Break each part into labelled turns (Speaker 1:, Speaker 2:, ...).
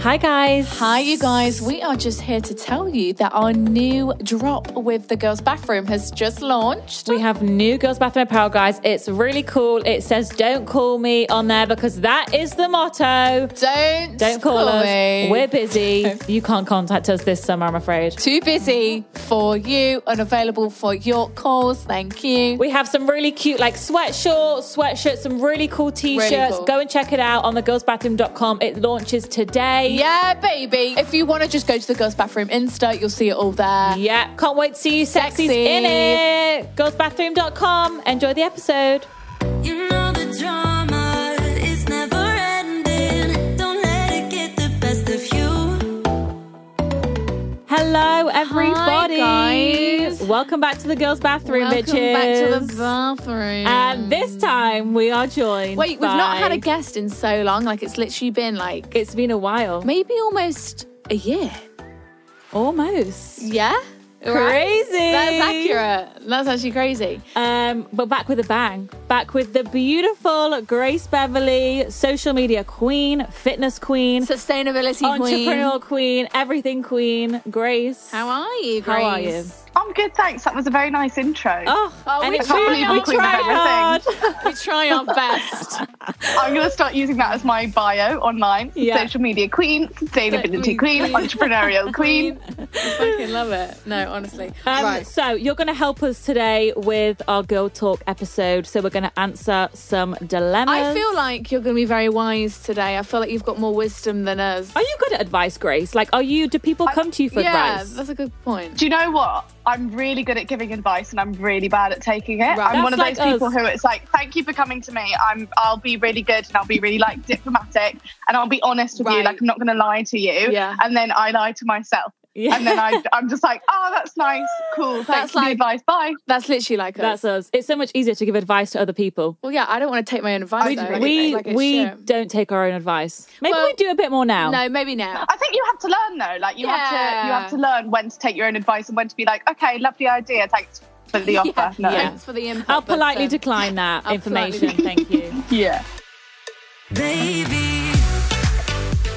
Speaker 1: Hi, guys.
Speaker 2: Hi, you guys. We are just here to tell you that our new drop with the girls' bathroom has just launched.
Speaker 1: We have new Girls Bathroom Apparel, guys. It's really cool. It says Don't Call Me on there because that is the motto.
Speaker 2: don't
Speaker 1: Don't call, us.
Speaker 2: me.
Speaker 1: We're busy. You can't contact us this summer, I'm afraid.
Speaker 2: too busy for you, unavailable for your calls. Thank you.
Speaker 1: We have some really cute, like sweatshorts, sweatshirts, some really cool t shirts.
Speaker 2: Really cool.
Speaker 1: Go and check it out on thegirlsbathroom.com. It launches today.
Speaker 2: yeah, baby. If you want to just go to the girls' bathroom Insta, you'll see it all there.
Speaker 1: Yeah. Can't wait to see you sexies
Speaker 2: Sexy.
Speaker 1: in it. Girlsbathroom.com. Enjoy the episode.
Speaker 3: You know the drama is never ending. Don't let it get the best of you.
Speaker 1: Hello, everybody.
Speaker 2: guys.
Speaker 1: Welcome back to the girls' bathroom,
Speaker 2: Welcome
Speaker 1: bitches.
Speaker 2: back to the bathroom.
Speaker 1: And this time we are joined.
Speaker 2: Wait, we've not
Speaker 1: by-
Speaker 2: had a guest in so long. Like, it's literally been like
Speaker 1: It's been a while.
Speaker 2: maybe almost a year.
Speaker 1: Almost.
Speaker 2: Yeah? Right?
Speaker 1: Crazy.
Speaker 2: That's accurate. That's actually crazy.
Speaker 1: Um, but back with a bang. Back with the beautiful Grace Beverly, social media queen, fitness queen,
Speaker 2: Sustainability queen.
Speaker 1: entrepreneurial queen, everything queen. Grace.
Speaker 2: How are you, Grace?
Speaker 1: How are you?
Speaker 4: I'm good, thanks. That was a very nice intro.
Speaker 1: Oh,
Speaker 2: Oh,
Speaker 1: and
Speaker 2: we
Speaker 1: it's
Speaker 2: can't
Speaker 1: true,
Speaker 2: believe
Speaker 1: we
Speaker 2: I'm queen of
Speaker 1: tried hard.
Speaker 4: everything.
Speaker 2: We try our best.
Speaker 4: I'm going to start using that as my bio online.
Speaker 1: Yeah.
Speaker 4: Social media queen, sustainability queen, entrepreneurial queen.
Speaker 2: Fucking love it. No, honestly.
Speaker 1: Um, So you're going to help us today with our girl talk episode. So we're going to answer some dilemmas.
Speaker 2: I feel like you're going to be very wise today. I feel like you've got more wisdom than us.
Speaker 1: Are you good at advice, Grace? Like, are you? Do people come to you for
Speaker 2: yeah,
Speaker 1: advice?
Speaker 2: that's a good point.
Speaker 4: Do you know what? I'm really good at giving advice and I'm really bad at taking it.
Speaker 1: That's
Speaker 4: I'm one of those
Speaker 1: like
Speaker 4: people
Speaker 1: us.
Speaker 4: who it's like, thank you for coming to me. I'm I'll be really good and I'll be really like diplomatic and I'll be honest with you.
Speaker 2: Right.
Speaker 4: Like I'm not going to lie to you.
Speaker 2: Yeah.
Speaker 4: And then I lie to myself.
Speaker 1: Yeah.
Speaker 4: And then I, I'm just like, oh, that's nice, cool. Thanks
Speaker 2: That's
Speaker 4: for
Speaker 2: like-
Speaker 4: the advice. Bye.
Speaker 2: That's literally like
Speaker 1: That's
Speaker 2: us.
Speaker 1: us. It's so much easier to give advice to other people.
Speaker 2: Well, yeah, I don't want to take my own advice.
Speaker 4: We-
Speaker 2: though.
Speaker 4: we-
Speaker 1: We
Speaker 2: Like it's
Speaker 1: we
Speaker 2: shit.
Speaker 1: don't take our own advice. Maybe
Speaker 2: Well,
Speaker 1: we do a bit more now.
Speaker 2: No, maybe now.
Speaker 4: I think you have to learn though. Like you have to you
Speaker 2: Yeah.
Speaker 4: have to learn when to take your own advice and when to be like, okay, lovely idea, thanks for the offer. no.
Speaker 1: yeah.
Speaker 2: Thanks for the input.
Speaker 1: I'll
Speaker 2: but,
Speaker 1: politely
Speaker 2: um,
Speaker 1: decline that
Speaker 2: I'll
Speaker 1: information.
Speaker 2: politely-
Speaker 1: Thank you.
Speaker 4: yeah.
Speaker 3: Baby.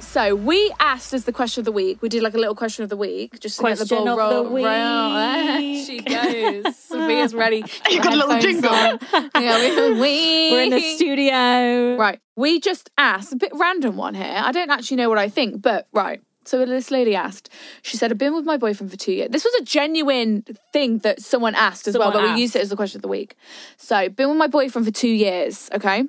Speaker 2: So we asked as the question of the week. We did like a little question of the week, just to get
Speaker 1: Question
Speaker 2: the ball
Speaker 1: of
Speaker 2: roll-
Speaker 1: the week.
Speaker 2: roll- There she goes. Sophia's ready.
Speaker 4: You got a little
Speaker 2: Headphones
Speaker 4: jingle.
Speaker 2: on. yeah, we, we
Speaker 1: We're in the studio.
Speaker 2: Right. We just asked a bit random one here. I don't actually know what I think, but right. So this lady asked. She said, "I've been with my boyfriend for two years." This was a genuine thing that someone asked as well,
Speaker 1: Someone
Speaker 2: but
Speaker 1: asked.
Speaker 2: we used it as the question of the week. So, been with my boyfriend for two years. Okay,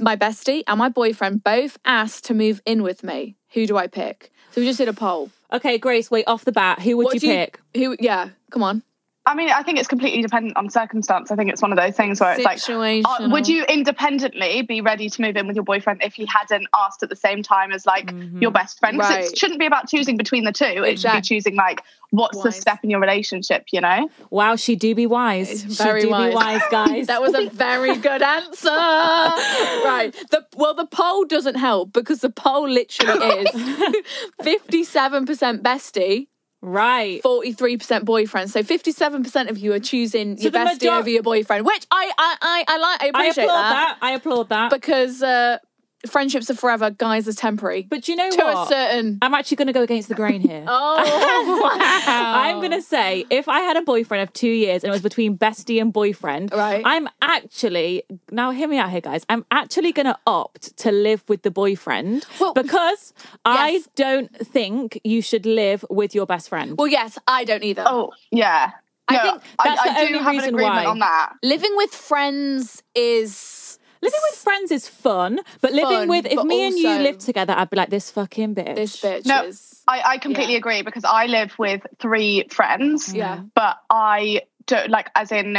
Speaker 2: my bestie and my boyfriend both asked to move in with me. Who do I pick? So we just did a poll.
Speaker 1: Okay, Grace. Wait, off the bat, who would
Speaker 2: What
Speaker 1: you
Speaker 2: do
Speaker 1: pick?
Speaker 2: Who? Yeah, come on.
Speaker 4: I mean, I think it's completely dependent on circumstance. I think it's one of those things where it's like, uh,
Speaker 2: Situational.
Speaker 4: would you independently be ready to move in with your boyfriend if he hadn't asked at the same time as like
Speaker 1: Mm-hmm.
Speaker 4: your best friend? 'Cause
Speaker 2: Right.
Speaker 4: it shouldn't be about choosing between the two. It
Speaker 2: Exact-
Speaker 4: should be choosing like what's the
Speaker 2: Wise.
Speaker 4: step in your relationship. You know,
Speaker 1: Wow, she do be wise.
Speaker 2: It's
Speaker 1: She
Speaker 2: very
Speaker 1: do
Speaker 2: wise.
Speaker 1: be wise, guys.
Speaker 2: That was a very good answer. right. The, well, the poll doesn't help because the poll literally is 57% bestie,
Speaker 1: right.
Speaker 2: 43% boyfriend. So 57% of you are choosing your
Speaker 1: the
Speaker 2: bestie
Speaker 1: major-
Speaker 2: over your boyfriend, which I I I, I like. I
Speaker 1: I
Speaker 2: appreciate
Speaker 1: applaud
Speaker 2: that,
Speaker 1: that. I applaud that.
Speaker 2: because uh, friendships are forever. Guys are temporary.
Speaker 1: but do you know
Speaker 2: to
Speaker 1: what?
Speaker 2: a certain.
Speaker 1: I'm actually going to go against the grain here.
Speaker 2: Oh, wow.
Speaker 1: I'm going to say if I had a boyfriend of two years and it was between bestie and boyfriend,
Speaker 2: Right.
Speaker 1: I'm actually, now hear me out here, guys. I'm actually going to opt to live with the boyfriend
Speaker 2: Well,
Speaker 1: because I
Speaker 2: yes.
Speaker 1: don't think you should live with your best friend.
Speaker 2: Well, yes, I don't either.
Speaker 4: oh yeah,
Speaker 2: I
Speaker 4: No,
Speaker 2: think
Speaker 1: that's the
Speaker 4: I, I do
Speaker 1: only
Speaker 4: have an
Speaker 1: reason
Speaker 4: agreement
Speaker 1: why.
Speaker 4: on that.
Speaker 2: Living with friends is
Speaker 1: living with friends is fun, but living
Speaker 2: Fun,
Speaker 1: with, if
Speaker 2: but
Speaker 1: me and you
Speaker 2: also-
Speaker 1: lived together, I'd be like, this fucking bitch.
Speaker 2: this bitch
Speaker 4: No,
Speaker 2: is.
Speaker 4: I, I completely
Speaker 2: Yeah.
Speaker 4: agree because I live with three friends.
Speaker 2: Yeah.
Speaker 4: But I don't like, as in,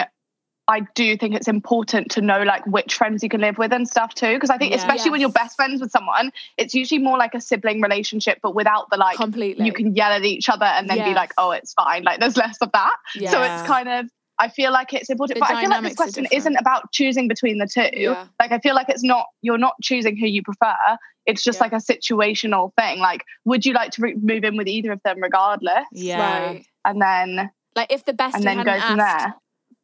Speaker 4: I do think it's important to know like which friends you can live with and stuff too. Because I think,
Speaker 1: Yeah.
Speaker 4: especially when you're
Speaker 2: Yes.
Speaker 4: best friends with someone, it's usually more like a sibling relationship, but without the like,
Speaker 2: Completely.
Speaker 4: you can yell at each other and then be
Speaker 2: Yes.
Speaker 4: like, oh, it's fine. Like, there's less of that. So
Speaker 1: Yeah.
Speaker 4: it's kind of, I feel like it's important,
Speaker 2: The
Speaker 4: but I feel like
Speaker 2: dynamics
Speaker 4: this
Speaker 2: are
Speaker 4: question
Speaker 2: different.
Speaker 4: isn't about choosing between the two.
Speaker 2: Yeah.
Speaker 4: Like, I feel like it's not, you're not choosing who you prefer. It's just
Speaker 2: Yeah.
Speaker 4: like a situational thing. Like, would you like to re- move in with either of them regardless?
Speaker 1: yeah.
Speaker 2: Right.
Speaker 4: And then,
Speaker 2: Like if the bestie
Speaker 4: and then
Speaker 2: hadn't
Speaker 4: go from
Speaker 2: asked,
Speaker 4: there.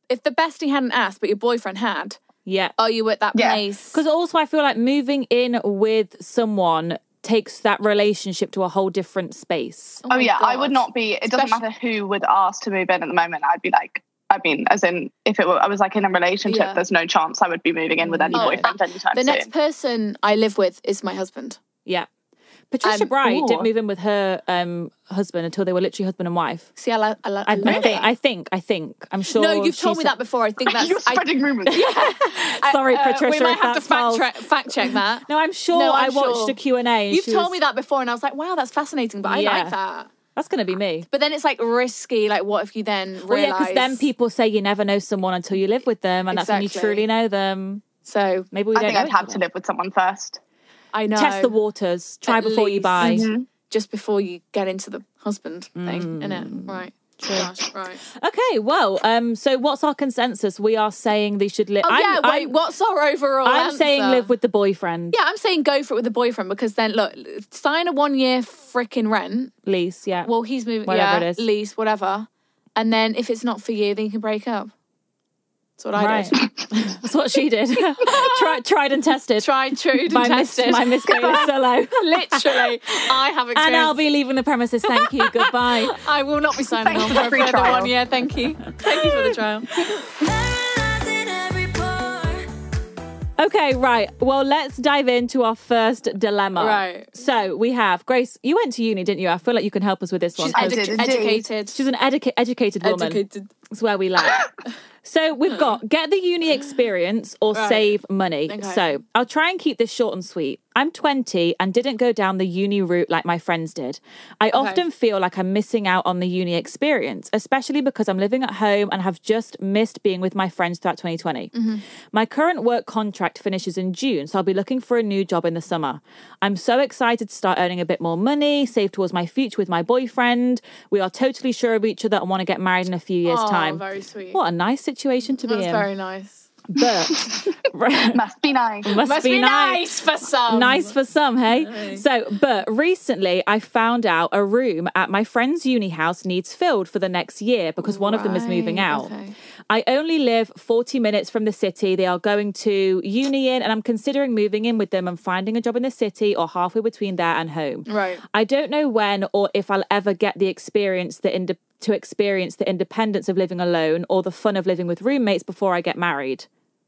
Speaker 2: if the bestie hadn't asked, but your boyfriend had,
Speaker 1: Yeah.
Speaker 2: are you at that
Speaker 4: Yeah.
Speaker 2: place?
Speaker 1: Because also, I feel like moving in with someone takes that relationship to a whole different space.
Speaker 4: Oh,
Speaker 2: my
Speaker 4: yeah, I would
Speaker 2: God.
Speaker 4: not be. It doesn't
Speaker 2: Especially-
Speaker 4: matter who would ask to move in at the moment. I'd be like, I mean, as in, if it were, I was like in a relationship,
Speaker 2: Yeah.
Speaker 4: there's no chance I would be moving in with any
Speaker 2: Oh,
Speaker 4: boyfriend anytime
Speaker 2: The
Speaker 4: soon.
Speaker 2: next person I live with is my husband.
Speaker 1: Yeah. Patricia
Speaker 2: Um,
Speaker 1: Bright
Speaker 4: ooh.
Speaker 1: didn't move in with her um, husband until they were literally husband and wife.
Speaker 2: See, I, li- I, li- I
Speaker 1: I, I
Speaker 2: love
Speaker 1: think,
Speaker 2: that.
Speaker 1: I think, I think, I'm sure.
Speaker 2: no, you've
Speaker 1: she
Speaker 2: told me
Speaker 1: said-
Speaker 2: that before. I think that's.
Speaker 4: You're
Speaker 2: I-
Speaker 4: spreading rumors.
Speaker 2: I-
Speaker 1: Sorry, Patricia,
Speaker 2: We might
Speaker 1: if
Speaker 2: have to
Speaker 1: that's
Speaker 2: fact,
Speaker 1: false.
Speaker 2: check fact check that.
Speaker 1: No, I'm sure
Speaker 2: No,
Speaker 1: i
Speaker 2: I'm
Speaker 1: watched
Speaker 2: sure.
Speaker 1: a Q&A. and
Speaker 2: You've
Speaker 1: she
Speaker 2: told
Speaker 1: was-
Speaker 2: me that before, and I was like, "Wow, that's fascinating," but I
Speaker 1: Yeah.
Speaker 2: like that.
Speaker 1: That's going to be me.
Speaker 2: But then it's like risky. Like, what if you then realize?
Speaker 1: Well, yeah, because then people say you never know someone until you live with them, and that's when
Speaker 2: Exactly.
Speaker 1: you truly know them.
Speaker 2: So
Speaker 1: Maybe we
Speaker 4: I
Speaker 1: don't
Speaker 4: think
Speaker 1: know
Speaker 4: I'd
Speaker 1: each
Speaker 4: have
Speaker 1: other.
Speaker 4: to live with someone first.
Speaker 2: I know.
Speaker 1: Test the waters. Try
Speaker 2: At
Speaker 1: before you
Speaker 2: least.
Speaker 1: buy.
Speaker 2: just before you get into the husband thing,
Speaker 1: Mm.
Speaker 2: innit? Right. Gosh, right.
Speaker 1: Okay, well, um, so what's our consensus? We are saying they should live.
Speaker 2: Oh yeah. Wait.
Speaker 1: I'm,
Speaker 2: what's our overall?
Speaker 1: I'm
Speaker 2: answer?
Speaker 1: saying live with the boyfriend.
Speaker 2: Yeah, I'm saying go for it with the boyfriend because then look, sign a one year freaking rent.
Speaker 1: lease. Yeah.
Speaker 2: Well, he's moving.
Speaker 1: Whatever
Speaker 2: yeah,
Speaker 1: it is.
Speaker 2: lease, whatever. And then if it's not for you, then you can break up. That's what I
Speaker 1: right.
Speaker 2: did.
Speaker 1: That's what she did. tried, tried and tested.
Speaker 2: Tried, true,
Speaker 1: by
Speaker 2: and tested.
Speaker 1: Miss, by Miss Bailey Solo.
Speaker 2: Literally, I have experience.
Speaker 1: and I'll be leaving the premises. Thank you. Goodbye.
Speaker 2: I will not be signing on for a
Speaker 4: free
Speaker 2: further
Speaker 4: trial.
Speaker 2: one year. Thank you. Thank you for the trial.
Speaker 3: Paralyzing every pore.
Speaker 1: Okay, right. Well, let's dive into our first dilemma.
Speaker 2: Right.
Speaker 1: So we have Grace. You went to uni, didn't you? I feel like you can help us with this one.
Speaker 2: She's
Speaker 4: I
Speaker 2: edu-
Speaker 4: did indeed.
Speaker 2: educated.
Speaker 1: She's an educa- educated woman.
Speaker 2: educated.
Speaker 1: It's where we like. so we've
Speaker 2: Hmm.
Speaker 1: got get the uni experience or save money.
Speaker 2: Okay.
Speaker 1: So I'll try and keep this short and sweet. I'm 20 and didn't go down the uni route like my friends did. I often feel like I'm missing out on the uni experience, especially because I'm living at home and have just missed being with my friends throughout 2020.
Speaker 2: Mm-hmm.
Speaker 1: My current work contract finishes in June, so I'll be looking for a new job in the summer. I'm so excited to start earning a bit more money, save towards my future with my boyfriend. We are totally sure of each other and want to get married in a few years'
Speaker 2: Oh,
Speaker 1: time.
Speaker 2: very sweet.
Speaker 1: What a nice situation to be
Speaker 2: That's
Speaker 1: in.
Speaker 2: very nice.
Speaker 1: But
Speaker 4: Must be nice.
Speaker 1: must,
Speaker 2: Must be, nice for some.
Speaker 1: Nice for some, hey? So, but recently I found out a room at my friend's uni house needs filled for the next year because one of them is moving
Speaker 2: Right,
Speaker 1: out.
Speaker 2: okay.
Speaker 1: I only live 40 minutes from the city. They are going to uni in, and I'm considering moving in with them and finding a job in the city or halfway between there and home.
Speaker 2: Right.
Speaker 1: I don't know when or if I'll ever get the experience that inde- to experience the independence of living alone or the fun of living with roommates before I get married.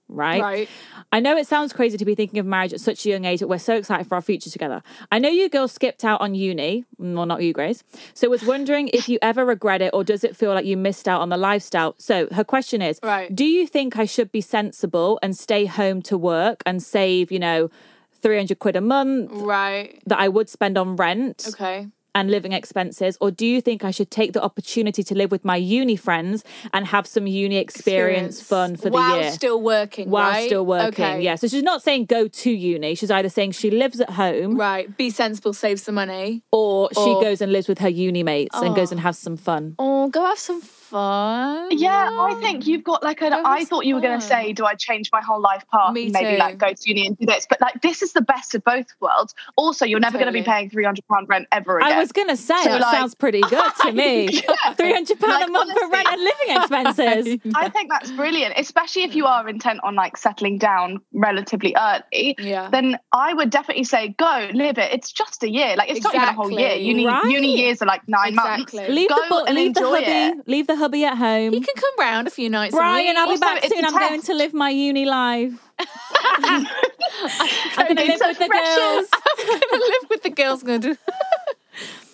Speaker 1: Right?
Speaker 2: Right.
Speaker 1: I know it sounds crazy to be thinking of marriage at such a young age, but we're so excited for our future together. I know you girls skipped out on uni, well, not you, Grace. So was wondering if you ever regret it or does it feel like you missed out on the lifestyle? So her question is
Speaker 2: Right.
Speaker 1: Do you think I should be sensible and stay home to work and save, you know, 300 quid a month
Speaker 2: Right.
Speaker 1: that I would spend on rent?
Speaker 2: Okay.
Speaker 1: and living expenses? Or do you think I should take the opportunity to live with my uni friends and have some uni experience, fun for
Speaker 2: while
Speaker 1: the year?
Speaker 2: still working.
Speaker 1: while
Speaker 2: right?
Speaker 1: still working.
Speaker 2: Okay.
Speaker 1: Yeah. So she's not saying go to uni. She's either saying she lives at home
Speaker 2: Right. Be sensible. Save some money.
Speaker 1: or she
Speaker 2: Or-
Speaker 1: goes and lives with her uni mates and goes and has some fun.
Speaker 2: Oh, go have some fun.
Speaker 4: Yeah, I think you've got like an.
Speaker 2: That
Speaker 4: I
Speaker 2: was
Speaker 4: thought you were going to
Speaker 2: fun.
Speaker 4: say, do I change my whole life path?
Speaker 2: Me
Speaker 4: and maybe
Speaker 2: too.
Speaker 4: like go to uni and do this, but like this is the best of both worlds. Also, you're never going to be
Speaker 2: Totally.
Speaker 4: paying three hundred pound rent ever again.
Speaker 1: I was gonna say
Speaker 4: So,
Speaker 1: that
Speaker 4: like-
Speaker 1: sounds pretty good to me. Three hundred pound
Speaker 4: Like,
Speaker 1: a month for rent and living expenses.
Speaker 4: I think that's brilliant, especially if you
Speaker 1: Mm.
Speaker 4: are intent on like settling down relatively early.
Speaker 2: Yeah.
Speaker 4: Then I would definitely say go live it. It's just a year. Like it's not even a whole year.
Speaker 2: Exactly.
Speaker 4: Uni
Speaker 1: Right.
Speaker 4: uni years are like nine
Speaker 2: Exactly.
Speaker 4: months.
Speaker 1: leave
Speaker 4: go
Speaker 1: the bo-
Speaker 4: and
Speaker 1: leave the
Speaker 4: enjoy
Speaker 1: hubby.
Speaker 4: it.
Speaker 1: Leave the hubby at home.
Speaker 2: He can come round a few nights. a
Speaker 1: Brian,
Speaker 2: week.
Speaker 1: I'll be
Speaker 4: Also,
Speaker 1: back
Speaker 4: it's a
Speaker 1: soon. I'm going
Speaker 4: test.
Speaker 1: to live my uni life. I'm going to
Speaker 4: It's
Speaker 1: live
Speaker 4: so
Speaker 1: with the
Speaker 4: precious.
Speaker 1: girls.
Speaker 2: I'm gonna live with the girls. Gonna do.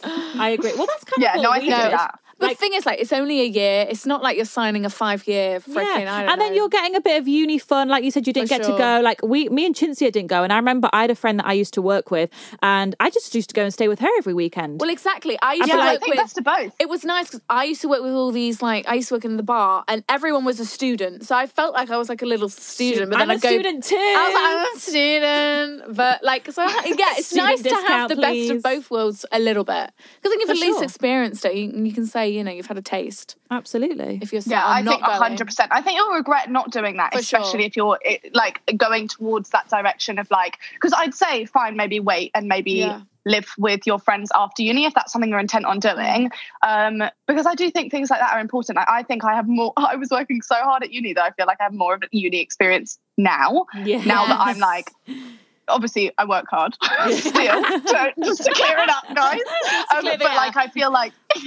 Speaker 1: I agree. Well, that's kind
Speaker 4: Yeah,
Speaker 1: of
Speaker 4: no,
Speaker 1: what
Speaker 4: I
Speaker 1: we
Speaker 4: think
Speaker 1: did.
Speaker 4: that.
Speaker 2: But
Speaker 1: Like-
Speaker 2: the thing is, like, it's only a year. It's not like you're signing a five-year freaking. I don't
Speaker 1: and then
Speaker 2: know.
Speaker 1: you're getting a bit of uni fun. Like you said, you didn't
Speaker 2: For
Speaker 1: get to
Speaker 2: sure.
Speaker 1: go. Like we, me and Chintzia didn't go. And I remember I had a friend that I used to work with, and I just used to go and stay with her every weekend.
Speaker 2: Well, exactly. I used
Speaker 4: Yeah,
Speaker 2: to
Speaker 4: I
Speaker 2: work
Speaker 4: think
Speaker 2: with.
Speaker 4: best of both.
Speaker 2: It was nice because I used to work with all these like I used to work in the bar, and everyone was a student, so I felt like I was like a little student. But then
Speaker 1: I'm a
Speaker 2: I'd go,
Speaker 1: student too.
Speaker 2: I was like, I'm a student, but like, so I- yeah, it's
Speaker 1: Student
Speaker 2: nice to
Speaker 1: discount,
Speaker 2: have the best
Speaker 1: please.
Speaker 2: of both worlds a little bit because then you've
Speaker 1: For
Speaker 2: at least
Speaker 1: sure.
Speaker 2: experienced it. You, you can say you know you've had a taste.
Speaker 1: Absolutely.
Speaker 2: uh, If you're saying,
Speaker 4: Yeah,
Speaker 2: I'm
Speaker 4: i
Speaker 2: not
Speaker 4: think
Speaker 2: going."
Speaker 4: hundred percent. I think you'll regret not doing that,
Speaker 2: For
Speaker 4: especially
Speaker 2: sure.
Speaker 4: if you're it, like going towards that direction of like. Because I'd say fine, maybe wait and maybe
Speaker 2: Yeah.
Speaker 4: live with your friends after uni if that's something you're intent on doing. Um, because I do think things like that are important. Like, I think I have more. I was working so hard at uni that I feel like I have more of a uni experience now.
Speaker 1: Yes.
Speaker 4: Now that I'm like. Obviously, I work hard still, so just to clear it up, guys. Um,
Speaker 2: clear
Speaker 4: but
Speaker 2: the air.
Speaker 4: like, I feel like,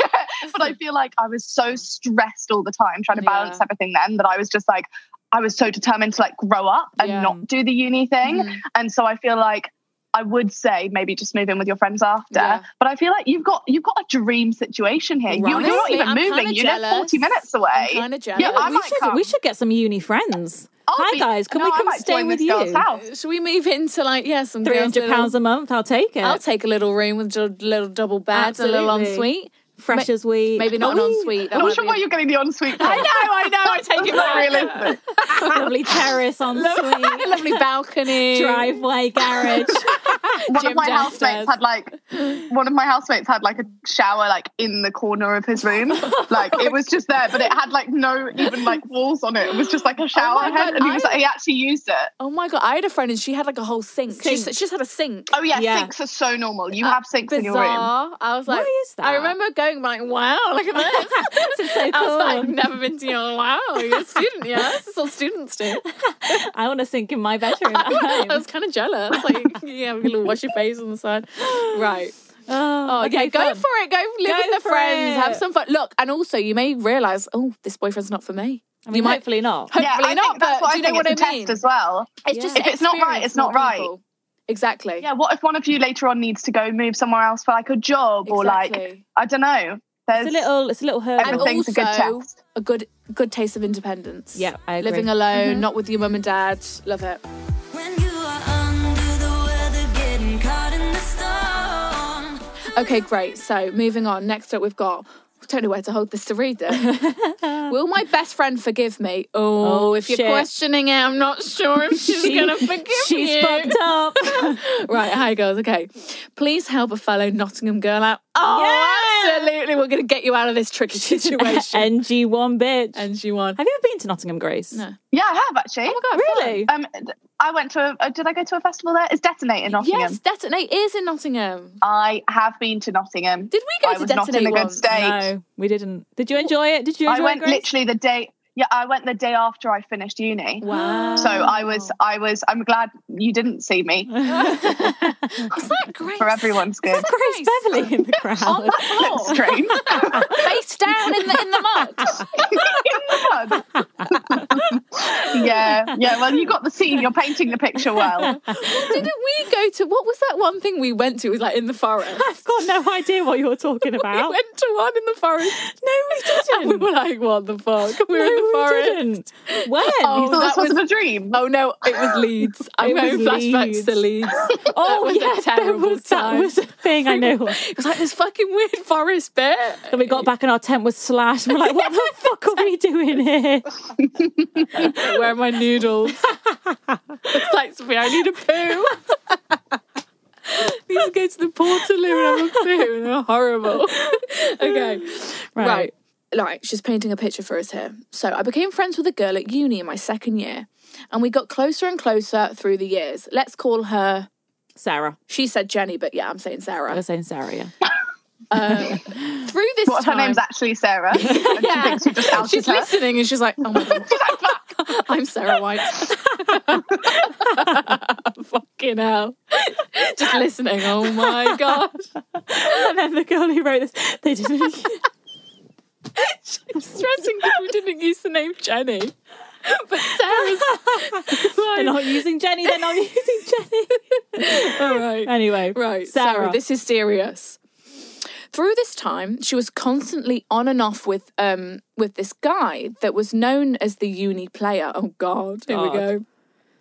Speaker 4: but I feel like I was so stressed all the time trying to
Speaker 2: Yeah.
Speaker 4: balance everything then that I was just like, I was so determined to like grow up and
Speaker 2: Yeah.
Speaker 4: not do the uni thing.
Speaker 1: Mm-hmm.
Speaker 2: Mhm.
Speaker 4: And so I feel like I would say maybe just move in with your friends after.
Speaker 2: Yeah.
Speaker 4: But I feel like you've got you've got a dream situation here. You, you're not
Speaker 2: Honestly,
Speaker 4: even
Speaker 2: I'm
Speaker 4: moving.
Speaker 2: kinda
Speaker 4: You live
Speaker 2: jealous.
Speaker 4: forty minutes
Speaker 2: I'm
Speaker 4: away.
Speaker 2: kind of jealous.
Speaker 4: Yeah, I
Speaker 1: we
Speaker 4: might
Speaker 1: should
Speaker 4: come.
Speaker 1: we should get some uni friends.
Speaker 4: I'll
Speaker 1: Hi
Speaker 4: be-
Speaker 1: guys, can
Speaker 4: no,
Speaker 1: we
Speaker 4: I
Speaker 1: come
Speaker 4: might
Speaker 1: stay
Speaker 4: join
Speaker 1: with
Speaker 4: this girl's
Speaker 1: you?
Speaker 4: house.
Speaker 2: Mm. Should we move into like yeah some
Speaker 1: Three
Speaker 2: girls'
Speaker 1: hundred
Speaker 2: little-
Speaker 1: pounds a month, I'll take it.
Speaker 2: I'll take a little room with a little double bed, a little
Speaker 1: Absolutely.
Speaker 2: ensuite.
Speaker 1: Fresh as we
Speaker 2: Maybe not
Speaker 1: Are
Speaker 2: an
Speaker 1: we-
Speaker 2: ensuite. That
Speaker 4: Not
Speaker 2: might
Speaker 4: sure
Speaker 2: be-
Speaker 4: why you're getting the ensuite.
Speaker 2: I know, I know. I take it
Speaker 4: Not
Speaker 2: back.
Speaker 4: realistic.
Speaker 1: lovely terrace on
Speaker 2: Lovely, lovely balcony.
Speaker 1: driveway garage.
Speaker 4: one
Speaker 2: Jim
Speaker 4: of my
Speaker 2: downstairs.
Speaker 4: housemates had like one of my housemates had like a shower like in the corner of his room like it was just there but it had like no even like walls on it it was just like a shower
Speaker 2: Oh my
Speaker 4: head
Speaker 2: God,
Speaker 4: and he was
Speaker 2: I-
Speaker 4: like he actually used it
Speaker 2: Oh my god, I had a friend and she had like a whole sink. She,
Speaker 1: Sink.
Speaker 2: just, she just had a sink.
Speaker 4: oh yeah,
Speaker 1: Yeah.
Speaker 4: sinks are so normal you have sinks
Speaker 2: Uh, Bizarre.
Speaker 4: in your room
Speaker 2: I was like,
Speaker 1: is that?
Speaker 2: I remember going like, wow, look at this.
Speaker 1: this is so
Speaker 2: I was like,
Speaker 1: cool.
Speaker 2: never been to your wow. You're a student, yeah. This is all students do.
Speaker 1: I want to sink in my bedroom at
Speaker 2: I
Speaker 1: home.
Speaker 2: was kind of jealous. Like, yeah, we're gonna wash your face on the side. Right.
Speaker 1: Oh,
Speaker 2: Oh, yeah, go for it. Go live
Speaker 1: Go
Speaker 2: with the
Speaker 1: for
Speaker 2: friends.
Speaker 1: it.
Speaker 2: Have some fun. Look, and also you may realize, oh, this boyfriend's not for me.
Speaker 1: I mean,
Speaker 2: you might-
Speaker 1: hopefully not.
Speaker 4: yeah
Speaker 2: Hopefully
Speaker 4: I
Speaker 2: not,
Speaker 4: think that's
Speaker 2: but
Speaker 4: what
Speaker 2: do
Speaker 4: I
Speaker 2: you
Speaker 4: think
Speaker 2: know what
Speaker 4: it's
Speaker 2: I
Speaker 4: a
Speaker 2: mean?
Speaker 4: test as well
Speaker 2: It's
Speaker 1: Yeah.
Speaker 2: just
Speaker 4: If it's not right,
Speaker 2: experience,
Speaker 4: it's not right.
Speaker 2: people. Exactly.
Speaker 4: yeah what if one of you later on needs to go move somewhere else for like a job or like
Speaker 2: Exactly.
Speaker 4: I don't know there's
Speaker 1: It's a little, it's a little hurdle.
Speaker 2: and
Speaker 4: everything's
Speaker 2: also
Speaker 4: a good test.
Speaker 2: a good good taste of independence.
Speaker 1: Yeah, I agree. Mm-hmm.
Speaker 2: living alone, not with your mum and dad. Love it.
Speaker 3: When you are under the weather, getting caught in the storm.
Speaker 2: Okay, great. So moving on. Next up, we've got. I don't know where to hold this to read it. Will my best friend forgive me? Oh,
Speaker 1: Oh,
Speaker 2: if you're
Speaker 1: shit.
Speaker 2: questioning it, I'm not sure if she's
Speaker 1: She-
Speaker 2: gonna forgive
Speaker 1: She's
Speaker 2: you.
Speaker 1: fucked up.
Speaker 2: Right, hi girls. Okay, please help a fellow Nottingham girl out. Oh,
Speaker 1: Yeah.
Speaker 2: absolutely. We're gonna get you out of this tricky situation.
Speaker 1: NG one bitch.
Speaker 2: and she won.
Speaker 1: Have you ever been to Nottingham, Grace?
Speaker 2: No.
Speaker 4: yeah I have actually oh
Speaker 2: my God,
Speaker 1: Really?
Speaker 4: um th- I went to a, uh, did I go to a festival there it's Detonate in Nottingham
Speaker 2: Yes, Detonate is in Nottingham.
Speaker 4: I have been to Nottingham
Speaker 2: Did we go
Speaker 4: I
Speaker 2: to
Speaker 4: was not in
Speaker 2: Detonate
Speaker 4: a good
Speaker 2: once?
Speaker 4: state
Speaker 1: No, we didn't. Did you enjoy it? Did you enjoy
Speaker 4: I went
Speaker 1: it, Grace?
Speaker 4: literally the day. Yeah, I went the day after I finished uni.
Speaker 2: Wow.
Speaker 4: So I was, I was. I'm glad you didn't see me
Speaker 2: Is that great?
Speaker 4: for everyone's good.
Speaker 1: Grace Beverly in the
Speaker 2: Oh
Speaker 1: crowd.
Speaker 2: On the floor,
Speaker 4: Strange.
Speaker 2: face down in the in the mud.
Speaker 4: In the mud. yeah, yeah. Well, you got the scene. You're painting the picture well.
Speaker 2: Oh, Didn't we go to what was that one thing we went to? It was like in the forest.
Speaker 1: I've got no idea what you're talking
Speaker 2: we
Speaker 1: about.
Speaker 2: went to one in the forest.
Speaker 1: No, we didn't.
Speaker 2: And we were like, what the fuck? We were
Speaker 1: no,
Speaker 2: in the
Speaker 1: we
Speaker 2: forest.
Speaker 1: didn't. When?
Speaker 2: Oh,
Speaker 1: Oh,
Speaker 4: So
Speaker 2: that
Speaker 4: this
Speaker 2: was.
Speaker 4: wasn't a dream.
Speaker 2: Oh no, it was Leeds. I'm
Speaker 1: It
Speaker 2: having
Speaker 1: was
Speaker 2: flashbacks to Leeds. that was a
Speaker 1: Oh, yeah,
Speaker 2: terrible
Speaker 1: there was,
Speaker 2: time.
Speaker 1: That was a thing I know.
Speaker 2: It was like this fucking weird forest bit.
Speaker 1: And we got back and our tent was slashed. We're like, what the fuck are we doing here?
Speaker 2: Where are my noodles? it's like Sophia, I need a poo. These go to the Portaloo and have a poo. They're horrible. okay. Right.
Speaker 1: Right.
Speaker 2: right. she's painting a picture for us here. So I became friends with a girl at uni in my second year, and we got closer and closer through the years. Let's call her.
Speaker 1: Sarah.
Speaker 2: She said Jenny, but yeah, I'm saying
Speaker 1: I
Speaker 2: Sarah.
Speaker 1: was saying Sarah, yeah.
Speaker 2: Uh, through this
Speaker 4: What if her
Speaker 2: time,
Speaker 4: name's actually Sarah? And she thinks you just outed
Speaker 2: she's
Speaker 4: her.
Speaker 2: listening and she's like, "Oh my god, I'm Sarah White." Fucking hell! Just listening. Oh my god!
Speaker 1: And then the girl who wrote this, they did not
Speaker 2: I'm stressing because we didn't use the name Jenny, but Sarah's
Speaker 1: They're not using Jenny, they're not using Jenny.
Speaker 2: all right.
Speaker 1: Anyway,
Speaker 2: Right, Sarah.
Speaker 1: Sarah.
Speaker 2: this is serious. Through this time, she was constantly on and off with um with this guy that was known as the uni player. Oh God, here we go.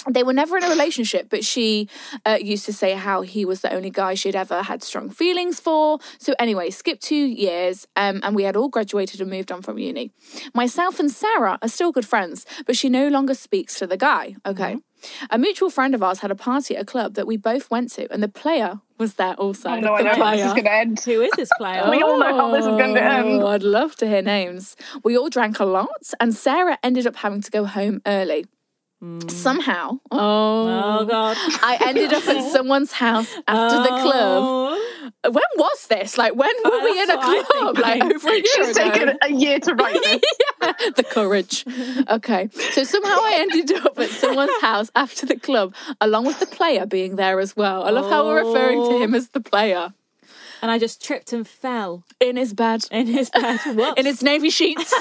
Speaker 2: They were never in a relationship, but she uh, used to say how he was the only guy she'd ever had strong feelings for. So anyway, skip two years, um, and we had all graduated and moved on from uni. Myself and Sarah are still good friends, but she no longer speaks to the guy. Okay.
Speaker 4: Mm-hmm.
Speaker 2: A mutual friend of ours had a party at a club that we both went to, and the player was there also.
Speaker 4: Oh, no,
Speaker 2: the
Speaker 4: I know how this is going to end.
Speaker 1: who is this player?
Speaker 4: We all know how this is going to end.
Speaker 2: Oh, I'd love to hear names. We all drank a lot, and Sarah ended up having to go home early.
Speaker 4: Mm.
Speaker 2: Somehow, oh,
Speaker 1: Oh, God.
Speaker 2: I ended up at someone's house after the club.
Speaker 1: Oh.
Speaker 2: When was this? Like, when were we in a
Speaker 1: that's what I
Speaker 2: club?
Speaker 1: think,
Speaker 2: Like
Speaker 1: right?
Speaker 2: over a year
Speaker 4: She's
Speaker 2: ago.
Speaker 4: taken a year to write this.
Speaker 2: the courage. Okay. So somehow I ended up at someone's house after the club, along with the player being there as well. I love how we're referring to him as the player
Speaker 1: And I just tripped and fell
Speaker 2: in his bed,
Speaker 1: in his bed. What?
Speaker 2: in his navy sheets.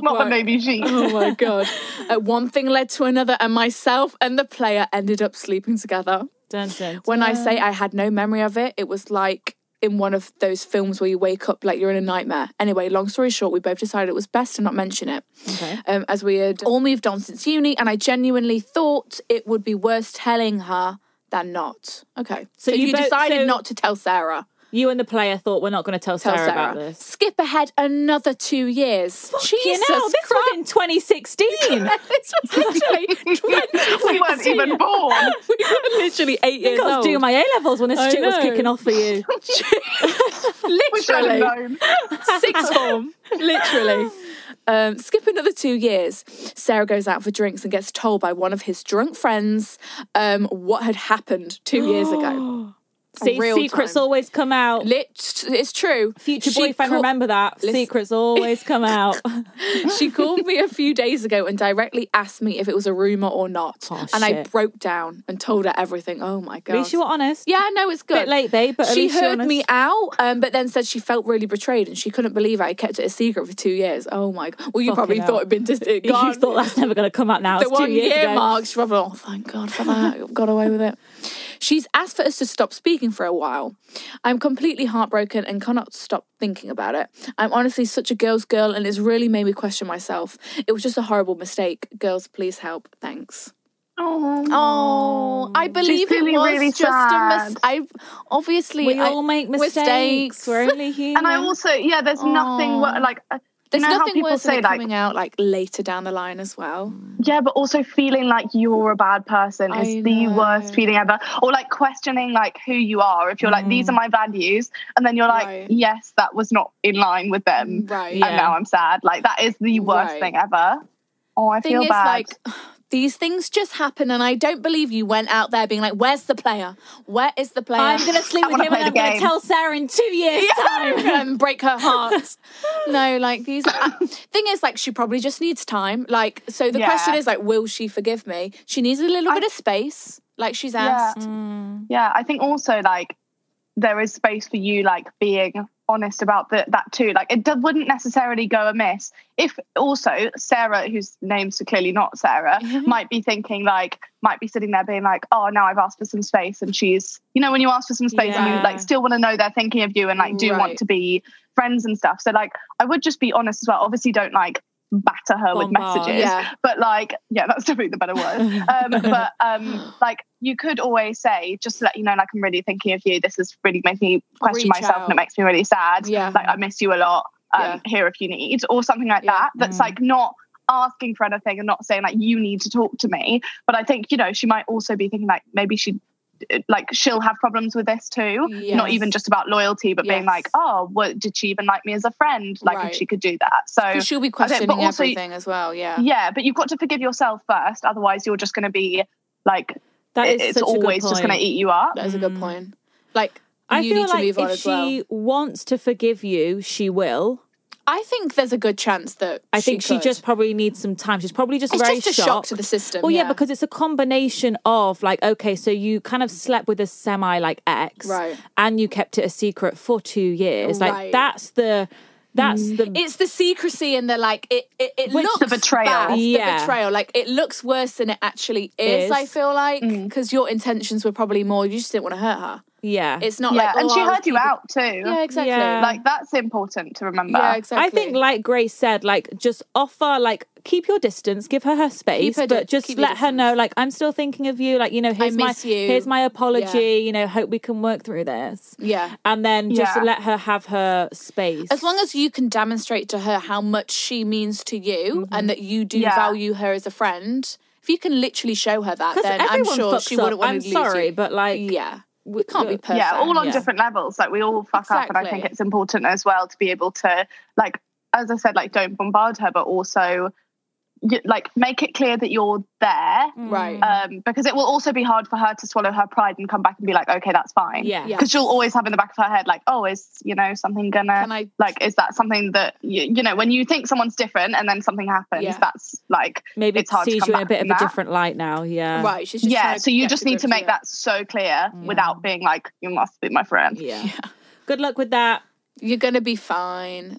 Speaker 4: Not
Speaker 2: Right.
Speaker 4: the maybe she.
Speaker 2: oh my God. Uh, one thing led to another, and myself and the player ended up sleeping together.
Speaker 1: Dun, dun,
Speaker 2: When I say I had no memory of it, it was like in one of those films where you wake up like you're in a nightmare. Anyway, long story short, we both decided it was best to not mention it.
Speaker 1: Okay.
Speaker 2: Um, as we had all moved on since uni, and I genuinely thought it would be worse telling her than not. Okay. So,
Speaker 1: So
Speaker 2: you,
Speaker 1: you both-
Speaker 2: decided
Speaker 1: so-
Speaker 2: not to tell Sarah.
Speaker 1: You and the player thought we're not going to tell,
Speaker 2: Tell
Speaker 1: Sarah,
Speaker 2: Sarah.
Speaker 1: about this.
Speaker 2: Skip ahead another two years. Jesus
Speaker 1: you know, this
Speaker 2: Christ.
Speaker 1: was in 2016.
Speaker 2: this was literally 20
Speaker 4: we weren't even born.
Speaker 2: we were literally eight years
Speaker 1: I was
Speaker 2: old.
Speaker 1: doing my A levels when
Speaker 2: I
Speaker 1: this shit was
Speaker 2: know.
Speaker 1: kicking off for you.
Speaker 4: We should have
Speaker 2: literally.
Speaker 4: known.
Speaker 2: sixth form, literally. Um, skip another two years. Sarah goes out for drinks and gets told by one of his drunk friends um, what had happened two years ago.
Speaker 1: See,
Speaker 2: Real
Speaker 1: secrets
Speaker 2: time.
Speaker 1: always come out.
Speaker 2: Lit- it's true.
Speaker 1: Future
Speaker 2: She
Speaker 1: boyfriend,
Speaker 2: ca-
Speaker 1: remember that.
Speaker 2: Listen-
Speaker 1: Secrets always come out.
Speaker 2: She called me a few days ago and directly asked me if it was a rumor or not.
Speaker 1: Oh,
Speaker 2: and I
Speaker 1: shit.
Speaker 2: broke down and told her everything. Oh my god!
Speaker 1: At least you were honest.
Speaker 2: Yeah, no, it's good.
Speaker 1: Bit late, babe, but at
Speaker 2: she
Speaker 1: least you're
Speaker 2: heard me
Speaker 1: honest.
Speaker 2: out, um, but then said she felt really betrayed and she couldn't believe I kept it a secret for two years. Oh my god! Well, you
Speaker 1: Fucking
Speaker 2: probably thought
Speaker 1: hell.
Speaker 2: it'd been just it
Speaker 1: You
Speaker 2: gone.
Speaker 1: thought that's never going to come out now.
Speaker 2: the
Speaker 1: it's two
Speaker 2: one
Speaker 1: years
Speaker 2: year
Speaker 1: ago.
Speaker 2: mark. She probably, oh, thank God for that. I've got away with it. She's asked for us to stop speaking for a while. I'm completely heartbroken and cannot stop thinking about it. I'm honestly such a girl's girl and it's really made me question myself. It was just a horrible mistake. Girls, please help. Thanks.
Speaker 4: Oh.
Speaker 2: Oh, I believe it
Speaker 4: feeling
Speaker 2: was
Speaker 4: really
Speaker 2: just a
Speaker 4: sad.
Speaker 2: mistake. I obviously
Speaker 1: We
Speaker 2: I-
Speaker 1: all make mistakes. We're only human.
Speaker 4: And I also, yeah, there's nothing wor- like. uh,
Speaker 2: There's
Speaker 4: you know how
Speaker 2: nothing
Speaker 4: people
Speaker 2: worse than
Speaker 4: say Mm.
Speaker 2: it
Speaker 4: like,
Speaker 2: coming out like later down the line as well.
Speaker 4: yeah, but also feeling like you're a bad person is
Speaker 2: I
Speaker 4: the
Speaker 2: know.
Speaker 4: worst feeling ever. Or like questioning like who you are. If you're like, these are my values, and then you're like,
Speaker 2: Mm. Right. Mm,
Speaker 4: yes, that was not in line with them,
Speaker 2: Right.
Speaker 4: and now I'm sad. Like that is the worst
Speaker 2: Right.
Speaker 4: thing ever. Oh, I
Speaker 2: thing
Speaker 4: feel
Speaker 2: is
Speaker 4: bad.
Speaker 2: like these things just happen and I don't believe you went out there being like, Where's the player? Where is the player?
Speaker 1: I'm going to sleep with
Speaker 4: wanna
Speaker 1: him
Speaker 4: play
Speaker 1: and
Speaker 4: the
Speaker 1: I'm going
Speaker 4: game.
Speaker 1: to tell Sarah in two years' time.
Speaker 2: and um, break her heart. no, like these uh, thing is like she probably just needs time. Like so the
Speaker 4: Yeah.
Speaker 2: question is like, will she forgive me? She needs a little bit of space, like she's
Speaker 4: Yeah. Mm.
Speaker 2: asked.
Speaker 4: Yeah, I think also like there is space for you like being honest about the, that too. Like it do- wouldn't necessarily go amiss if also Sarah, whose name's clearly not Sarah, might be thinking like, might be sitting there being like, oh, now I've asked for some space, and she's, you know, when you ask for some space and
Speaker 1: Yeah.
Speaker 4: you like still want to know they're thinking of you and like do
Speaker 2: Right.
Speaker 4: want to be friends and stuff. So like, I would just be honest as well. Obviously, don't like batter her with
Speaker 1: Bombard.
Speaker 4: messages
Speaker 2: Oh, Yeah.
Speaker 4: but like yeah that's definitely the better word um, but um, like you could always say just to let you know like i'm really thinking of you this is really making me question
Speaker 2: Reach
Speaker 4: myself
Speaker 2: out.
Speaker 4: and it makes me really sad
Speaker 2: Yeah.
Speaker 4: like i miss you a lot um,
Speaker 2: Yeah.
Speaker 4: here if you need or something like
Speaker 2: Yeah. Mm.
Speaker 4: that that's like not asking for anything and not saying like you need to talk to me but i think you know she might also be thinking like maybe she like she'll have problems with this too not
Speaker 2: Yes.
Speaker 4: even just about loyalty but being
Speaker 2: Yes.
Speaker 4: like oh what did she even like me as a friend like
Speaker 2: Right.
Speaker 4: if she could do that so
Speaker 2: Because she'll be
Speaker 4: I think-
Speaker 2: questioning
Speaker 4: but also-
Speaker 2: everything as well. Yeah.
Speaker 4: yeah, but you've got to forgive yourself first. Otherwise, you're just going to be like,
Speaker 1: That is
Speaker 4: it- it's
Speaker 1: such a good
Speaker 4: always just going to
Speaker 1: point.
Speaker 4: eat you up.
Speaker 2: That is a good point. Like,
Speaker 1: I
Speaker 2: you
Speaker 1: feel
Speaker 2: need
Speaker 1: like
Speaker 2: to move on
Speaker 1: if
Speaker 2: as
Speaker 1: she
Speaker 2: well.
Speaker 1: wants to forgive you, she will.
Speaker 2: I think there's a good chance that
Speaker 1: I think she,
Speaker 2: could.
Speaker 1: just probably needs some time. She's probably just
Speaker 2: It's
Speaker 1: very
Speaker 2: just a shock
Speaker 1: shocked.
Speaker 2: to the system,
Speaker 1: Well, yeah.
Speaker 2: yeah.
Speaker 1: because it's a combination of like, okay, so you kind of slept with a semi like ex,
Speaker 2: Right.
Speaker 1: And you kept it a secret for two years. Like
Speaker 2: Right. Mm.
Speaker 1: that's the that's the
Speaker 2: It's the secrecy and the like. It it, it
Speaker 4: Which-
Speaker 2: looks
Speaker 4: The betrayal.
Speaker 2: bad,
Speaker 1: Yeah.
Speaker 2: The betrayal. Like it looks worse than it actually is.
Speaker 1: Is.
Speaker 2: I feel like
Speaker 4: Mm.
Speaker 2: because your intentions were probably more. You just didn't want to hurt her.
Speaker 1: yeah.
Speaker 2: It's not
Speaker 4: yeah,
Speaker 2: like
Speaker 4: and
Speaker 2: oh,
Speaker 4: she
Speaker 2: I was
Speaker 4: heard you
Speaker 2: keeping-
Speaker 4: out too.
Speaker 2: Yeah, exactly.
Speaker 1: Yeah.
Speaker 4: Like uh, that's important to remember.
Speaker 2: yeah, exactly.
Speaker 1: I think, like Grace said, like just offer, like keep your distance, give her her space,
Speaker 2: her di-
Speaker 1: but just
Speaker 2: keep your
Speaker 1: let her
Speaker 2: distance.
Speaker 1: know, like I'm still thinking of you. Like you know, here's
Speaker 2: miss
Speaker 1: my
Speaker 2: you.
Speaker 1: here's my apology.
Speaker 2: Yeah.
Speaker 1: You know, hope we can work through this.
Speaker 2: yeah.
Speaker 1: and then just
Speaker 4: Yeah.
Speaker 1: let her have her space.
Speaker 2: As long as you can demonstrate to her how much she means to you and that you do
Speaker 4: Mm-hmm. Yeah.
Speaker 2: value her as a friend, if you can literally show her that, then I'm
Speaker 1: everyone
Speaker 2: sure
Speaker 1: fucks
Speaker 2: she
Speaker 1: up.
Speaker 2: wouldn't want
Speaker 1: I'm
Speaker 2: to lose
Speaker 1: sorry,
Speaker 2: you.
Speaker 1: but like
Speaker 2: yeah,
Speaker 1: we
Speaker 2: can't be
Speaker 1: look,
Speaker 2: perfect.
Speaker 4: yeah, all on
Speaker 1: Yeah.
Speaker 4: different levels. Like we all fuck up, and I think
Speaker 2: Exactly.
Speaker 4: it's important as well to be able to, like, as I said, like don't bombard her, but also, y- like, make it clear that you're there.
Speaker 1: Mm.
Speaker 2: Right.
Speaker 4: Um, because it will also be hard for her to swallow her pride and come back and be like, okay, that's fine.
Speaker 1: Yeah.
Speaker 2: Yeah.
Speaker 4: Because she'll always have in the back of her head, like, oh, is, you know, something gonna,
Speaker 2: Can I-
Speaker 4: like, is that something that, you, you know, when you think someone's different and then something happens,
Speaker 2: Yeah.
Speaker 4: that's like,
Speaker 1: Maybe
Speaker 4: it's hard
Speaker 1: it
Speaker 4: to
Speaker 1: sees
Speaker 4: come
Speaker 1: you in a
Speaker 4: back
Speaker 1: bit of
Speaker 4: from
Speaker 1: a
Speaker 4: that.
Speaker 1: different light now. Yeah.
Speaker 2: right. She's just
Speaker 4: Yeah.
Speaker 2: trying
Speaker 4: So you
Speaker 2: get
Speaker 4: just need
Speaker 2: grips
Speaker 4: to
Speaker 2: with
Speaker 4: make
Speaker 2: it.
Speaker 4: that so clear without being like, you must be my friend.
Speaker 1: Mm. Yeah. Good luck with that.
Speaker 2: You're gonna be fine.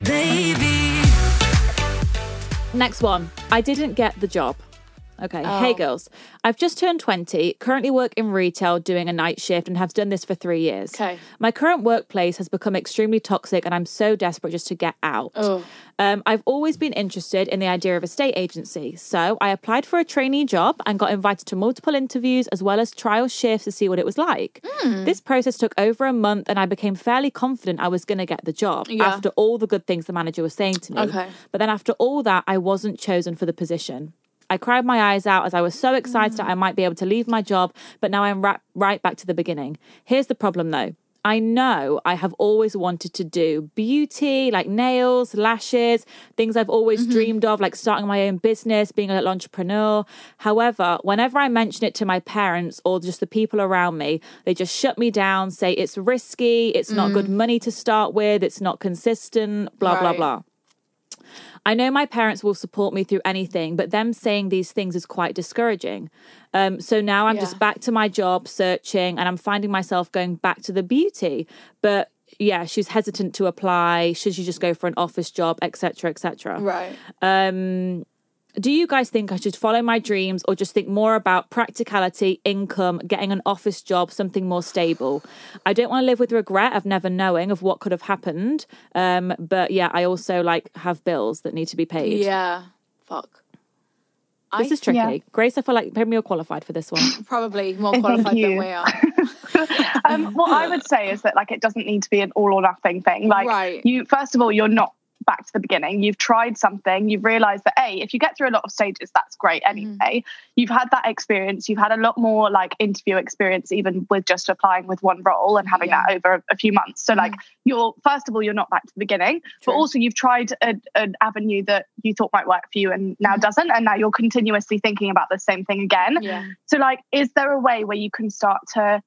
Speaker 3: Baby.
Speaker 1: Next one. I didn't get the job. Okay.
Speaker 2: Oh.
Speaker 1: Hey, girls. I've just turned 20, currently work in retail doing a night shift, and have done this for three years.
Speaker 2: Okay.
Speaker 1: My current workplace has become extremely toxic, and I'm so desperate just to get out.
Speaker 2: Oh.
Speaker 1: Um, I've always been interested in the idea of a state agency. So I applied for a trainee job and got invited to multiple interviews as well as trial shifts to see what it was like.
Speaker 2: Hmm.
Speaker 1: This process took over a month, and I became fairly confident I was going to get the job
Speaker 2: Yeah.
Speaker 1: after all the good things the manager was saying to me.
Speaker 2: Okay.
Speaker 1: But then after all that, I wasn't chosen for the position. I cried my eyes out as I was so excited I might be able to leave my job, but now I'm ra- right back to the beginning. Here's the problem though. I know I have always wanted to do beauty, like nails, lashes, things I've always dreamed of, like starting my own business, being a little entrepreneur. However, whenever I mention it to my parents or just the people around me, they just shut me down, say it's risky, it's not good money to start with, it's not consistent, blah, blah,
Speaker 2: Right.
Speaker 1: blah. I know my parents will support me through anything, but them saying these things is quite discouraging. Um, so now I'm just
Speaker 2: Yeah.
Speaker 1: back to my job searching and I'm finding myself going back to the beauty. But yeah, she's hesitant to apply. Should she just go for an office job, etc., etc.?
Speaker 2: Right.
Speaker 1: Um, Do you guys think I should follow my dreams or just think more about practicality, income, getting an office job, something more stable? I don't want to live with regret of never knowing of what could have happened. Um, but yeah, I also like have bills that need to be paid.
Speaker 2: Yeah. Fuck.
Speaker 1: This is tricky. Grace, I feel like maybe you're qualified for this one.
Speaker 2: Probably more
Speaker 4: Thank
Speaker 2: qualified than
Speaker 4: you.
Speaker 2: we are.
Speaker 4: um, what I would say is that like it doesn't need to be an all or nothing thing. Like
Speaker 2: Right.
Speaker 4: you, first of all, you're not back to the beginning. You've tried something. You've realised that a, if you get through a lot of stages, that's great
Speaker 2: Mm-hmm.
Speaker 4: anyway. You've had that experience. You've had a lot more like interview experience, even with just applying with one role and having that over a, a few months. So like
Speaker 2: Mm-hmm.
Speaker 4: you're first of all, you're not back to the beginning, but also you've tried a, an avenue that you thought might work for you and now doesn't, and now you're continuously thinking about the same thing again.
Speaker 2: Mm-hmm. Yeah.
Speaker 4: So, like, is there a way where you can start to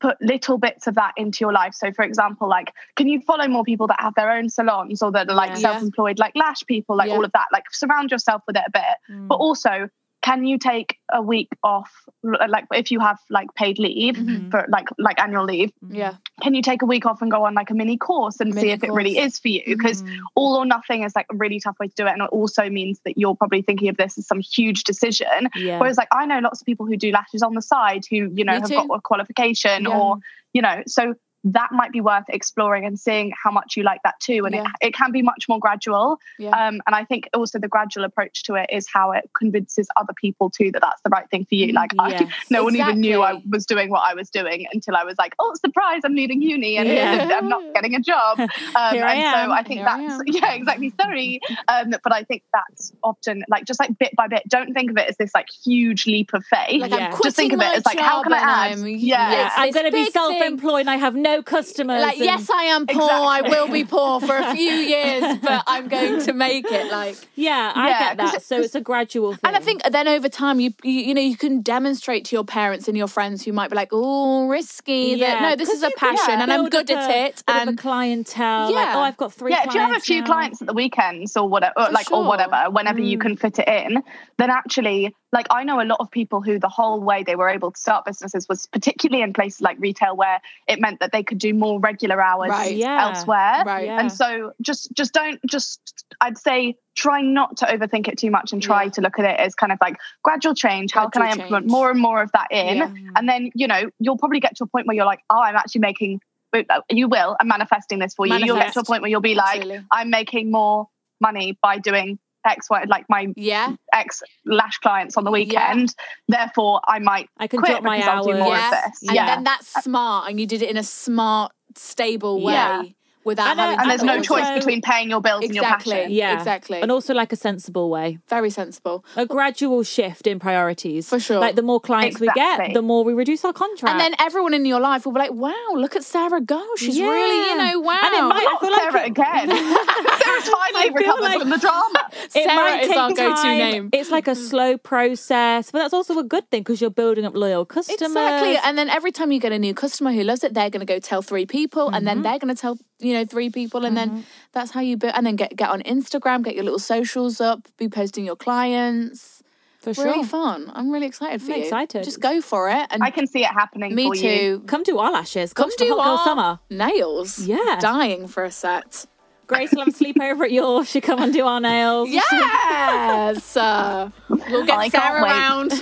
Speaker 4: put little bits of that into your life? So, for example, like, can you follow more people that have their own salons or that are like
Speaker 2: Yeah.
Speaker 4: self-employed, like lash people, like
Speaker 2: Yeah. Mm.
Speaker 4: all of that? Like, surround yourself with it a bit, but also. Can you take a week off, l- like if you have like paid leave
Speaker 2: Mm-hmm.
Speaker 4: for like like annual leave?
Speaker 2: Yeah.
Speaker 4: Can you take a week off and go on like a mini course and see
Speaker 2: Mini
Speaker 4: if it really
Speaker 2: course. Mm.
Speaker 4: is for you? Because all or nothing is like a really tough way to do it, and it also means that you're probably thinking of this as some huge decision.
Speaker 1: Mm. Yeah.
Speaker 4: Whereas, like, I know lots of people who do lashes on the side who, you know,
Speaker 2: Me
Speaker 4: have
Speaker 2: too.
Speaker 4: got a qualification
Speaker 2: Yeah.
Speaker 4: or, you know, so that might be worth exploring and seeing how much you like that too. And
Speaker 2: Yeah.
Speaker 4: it, it can be much more gradual.
Speaker 2: Yeah.
Speaker 1: Uh,
Speaker 4: Um, and I think also the gradual approach to it is how it convinces other people too that that's the right thing for you. Like, I,
Speaker 1: yes.
Speaker 4: no one even knew I
Speaker 2: Exactly.
Speaker 4: was doing what I was doing until I was like, oh, surprise, I'm leaving uni and
Speaker 1: Yeah.
Speaker 4: I'm not getting a job. Um,
Speaker 1: Here I
Speaker 4: and
Speaker 1: am.
Speaker 4: so I think
Speaker 2: Here I
Speaker 4: that's,
Speaker 2: am.
Speaker 4: yeah, exactly. Sorry. Um, but I think that's often like just like bit by bit. Don't think of it as this like huge leap of faith.
Speaker 2: Like
Speaker 1: Yeah.
Speaker 2: I'm
Speaker 1: Just
Speaker 2: quitting
Speaker 4: think of it
Speaker 2: my
Speaker 4: as, like, how
Speaker 2: job
Speaker 4: can I
Speaker 2: and
Speaker 4: add?
Speaker 2: I'm-
Speaker 4: Yeah.
Speaker 1: yeah,
Speaker 2: it's
Speaker 1: I'm
Speaker 2: this
Speaker 1: going to be
Speaker 2: big thing.
Speaker 1: self-employed. And I have no customers.
Speaker 2: Like
Speaker 1: and-
Speaker 2: yes, I am poor. I will be poor for a few years, but I'm going to make it. Like
Speaker 1: yeah, I
Speaker 4: Yeah,
Speaker 1: get
Speaker 4: 'cause
Speaker 1: that.
Speaker 4: it-
Speaker 1: so it's a gradual thing.
Speaker 2: And I think then over time, you, you you know you can demonstrate to your parents and your friends who might be like, "Oh, risky." that, no, this
Speaker 1: 'cause
Speaker 2: is a
Speaker 1: you can
Speaker 2: passion, and I'm
Speaker 1: build up
Speaker 2: good at
Speaker 1: a
Speaker 2: it.
Speaker 1: bit of
Speaker 2: And
Speaker 1: a clientele. Like,
Speaker 2: Yeah.
Speaker 1: oh, I've got three.
Speaker 4: yeah, if you have a
Speaker 1: clients
Speaker 4: few
Speaker 1: now.
Speaker 4: clients at the weekends or whatever, or
Speaker 2: For
Speaker 4: like or
Speaker 2: sure. Mm.
Speaker 4: whatever, whenever you can fit it in, then actually, like I know a lot of people who the whole way they were able to start businesses was particularly in places like retail where it meant that they could do more regular hours
Speaker 2: Right.
Speaker 1: Yeah.
Speaker 4: elsewhere.
Speaker 2: Right.
Speaker 1: Yeah.
Speaker 4: And so just just don't just I'd say try not to overthink it too much and try
Speaker 2: Yeah.
Speaker 4: to look at it as kind of like gradual change. How can I
Speaker 2: Gradual
Speaker 4: implement
Speaker 2: change.
Speaker 4: more and more of that in?
Speaker 2: Yeah.
Speaker 4: And then, you know, you'll probably get to a point where you're like, oh, I'm actually making oh, you will, I'm manifesting this for you. You'll get to a
Speaker 2: Manifest.
Speaker 4: point where you'll be like,
Speaker 2: Absolutely.
Speaker 4: I'm making more money by doing X, Y, like my
Speaker 2: yeah,
Speaker 4: ex lash clients on the weekend. Therefore, I might
Speaker 1: I can
Speaker 4: quit
Speaker 1: drop my
Speaker 4: because I'll do
Speaker 1: hours.
Speaker 4: more
Speaker 1: Yes.
Speaker 4: of this.
Speaker 2: and
Speaker 4: yeah.
Speaker 2: then that's smart, and you did it in a smart, stable way
Speaker 4: Yeah.
Speaker 2: without
Speaker 1: And, uh,
Speaker 2: having. to
Speaker 4: and there's
Speaker 2: put
Speaker 4: no
Speaker 1: also-
Speaker 2: yourself-
Speaker 4: choice between paying your bills
Speaker 2: Exactly.
Speaker 4: and your passion.
Speaker 1: Yeah,
Speaker 2: Exactly.
Speaker 1: and also like a sensible way,
Speaker 2: Very sensible.
Speaker 1: a gradual shift in priorities
Speaker 2: For sure.
Speaker 1: Like the more clients we get,
Speaker 4: Exactly.
Speaker 1: the more we reduce our contract,
Speaker 2: And then everyone in your life will be like, "Wow, look at Sarah go. She's
Speaker 1: Yeah.
Speaker 2: really, you know, wow."
Speaker 1: And it might- I
Speaker 4: Not
Speaker 1: feel like
Speaker 4: Sarah
Speaker 1: it-
Speaker 4: again. Sarah's finally
Speaker 1: feel
Speaker 4: recovered
Speaker 1: like-
Speaker 4: from the drama.
Speaker 1: it
Speaker 2: Sarah
Speaker 1: might
Speaker 2: is
Speaker 1: take
Speaker 2: our go-to
Speaker 1: time.
Speaker 2: name. Mm.
Speaker 1: It's like a slow process, but that's also a good thing because you're building up loyal customers.
Speaker 2: Exactly. And then every time you get a new customer who loves it, they're going to go tell three people, and
Speaker 1: Mm-hmm.
Speaker 2: then they're going to tell you know three people, and then that's how you. Bu- and then get get on Instagram, get your little socials up, be posting your clients.
Speaker 1: for sure.
Speaker 2: Really fun. I'm really excited for
Speaker 1: I'm
Speaker 2: you.
Speaker 1: excited.
Speaker 2: Just go for it. And
Speaker 4: I can see it happening
Speaker 2: me
Speaker 4: for
Speaker 2: too.
Speaker 4: you.
Speaker 1: Come do our lashes. Come,
Speaker 2: Come
Speaker 1: to
Speaker 2: do
Speaker 1: Hot Girl
Speaker 2: our
Speaker 1: Summer.
Speaker 2: nails.
Speaker 1: Yeah.
Speaker 2: dying for a set.
Speaker 1: Grace will have a sleepover at yours. She come and do our nails.
Speaker 2: Yes. uh, we'll get
Speaker 4: I can't
Speaker 2: Sarah
Speaker 4: wait.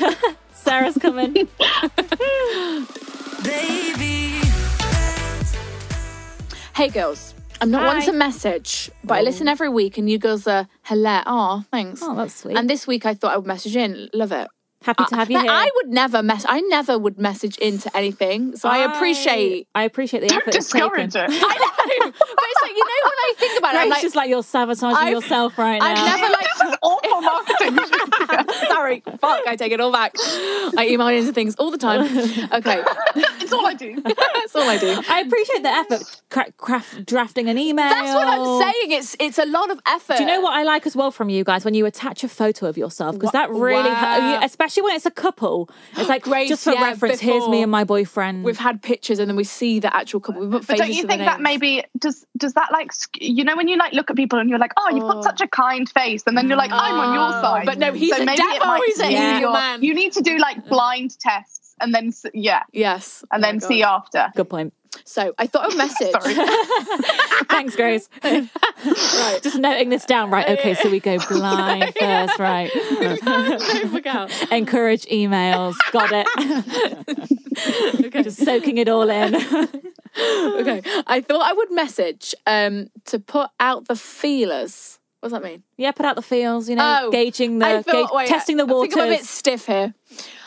Speaker 2: around.
Speaker 1: Sarah's coming.
Speaker 3: Baby.
Speaker 2: Hey girls, I'm not one to message, but I listen every week, and you girls are hilarious. Oh, thanks.
Speaker 1: Oh, that's sweet.
Speaker 2: And this week I thought I would message in. Love it.
Speaker 1: Happy to have you
Speaker 2: Like,
Speaker 1: here.
Speaker 2: I would never mess. I never would message into anything. So I, appreciate.
Speaker 1: I appreciate the
Speaker 4: Don't
Speaker 1: effort. it's taken.
Speaker 4: discourage it.
Speaker 2: I know, but it's like you know when I think about it, I'm
Speaker 1: Grace
Speaker 2: like,
Speaker 1: is like you're sabotaging
Speaker 2: I've-
Speaker 1: yourself right now.
Speaker 2: I've never like.
Speaker 4: this is awful marketing.
Speaker 2: Sorry, fuck! I take it all back. I email into things all the time. Okay,
Speaker 4: it's all I do.
Speaker 2: that's all I do.
Speaker 1: I appreciate the effort cra- craft, drafting an email.
Speaker 2: That's what I'm saying. It's it's a lot of effort.
Speaker 1: Do you know what I like as well from you guys when you attach a photo of yourself because that really,
Speaker 2: Wow.
Speaker 1: especially when it's a couple, it's like
Speaker 2: Grace,
Speaker 1: just for
Speaker 2: yeah,
Speaker 1: reference. Here's me
Speaker 2: before
Speaker 1: and my boyfriend.
Speaker 2: We've had pictures and then we see the actual couple. We put faces
Speaker 4: But don't you
Speaker 2: to
Speaker 4: think
Speaker 2: the
Speaker 4: that
Speaker 2: names.
Speaker 4: maybe does does that like sk- you know when you like look at people and you're like oh you've got such a kind face and then you're like I'm on your side
Speaker 2: Oh, but no, he's a
Speaker 4: maybe it
Speaker 2: devil,
Speaker 4: might
Speaker 2: he's an
Speaker 4: be
Speaker 2: evil
Speaker 4: your-
Speaker 2: man.
Speaker 4: you need to do like blind tests and then s- yeah,
Speaker 2: Yes.
Speaker 4: and
Speaker 2: Oh my
Speaker 4: then
Speaker 2: God.
Speaker 4: see after.
Speaker 1: Good point.
Speaker 2: So I thought a message.
Speaker 1: Thanks, Grace. Just noting this down, right? Okay, so we go blind first, right?
Speaker 2: Don't forget.
Speaker 1: Encourage emails. Got it. Just soaking it all in.
Speaker 2: Okay. I thought I would message um, to put out the feelers. What does that mean?
Speaker 1: Yeah, put out the feels. You know, gauging the,
Speaker 2: Oh, I thought-
Speaker 1: gauge-
Speaker 2: wait,
Speaker 1: testing the
Speaker 2: I think
Speaker 1: waters.
Speaker 2: I'm a bit stiff here.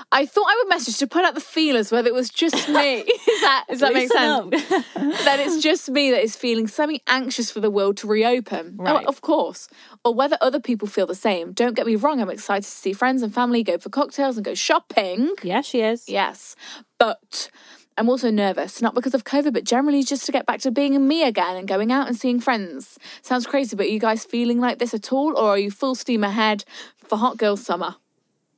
Speaker 2: I thought I would message to put out the feelers whether it was just me. Is that does that make
Speaker 1: Listen
Speaker 2: sense? that it's just me that is feeling semi anxious for the world to reopen. Oh,
Speaker 1: Right.
Speaker 2: of course. Or whether other people feel the same. Don't get me wrong, I'm excited to see friends and family, go for cocktails and go shopping.
Speaker 1: yeah, she is.
Speaker 2: Yes. But I'm also nervous, not because of COVID, but generally just to get back to being me again and going out and seeing friends. Sounds crazy, but are you guys feeling like this at all, or are you full steam ahead for Hot Girl Summer?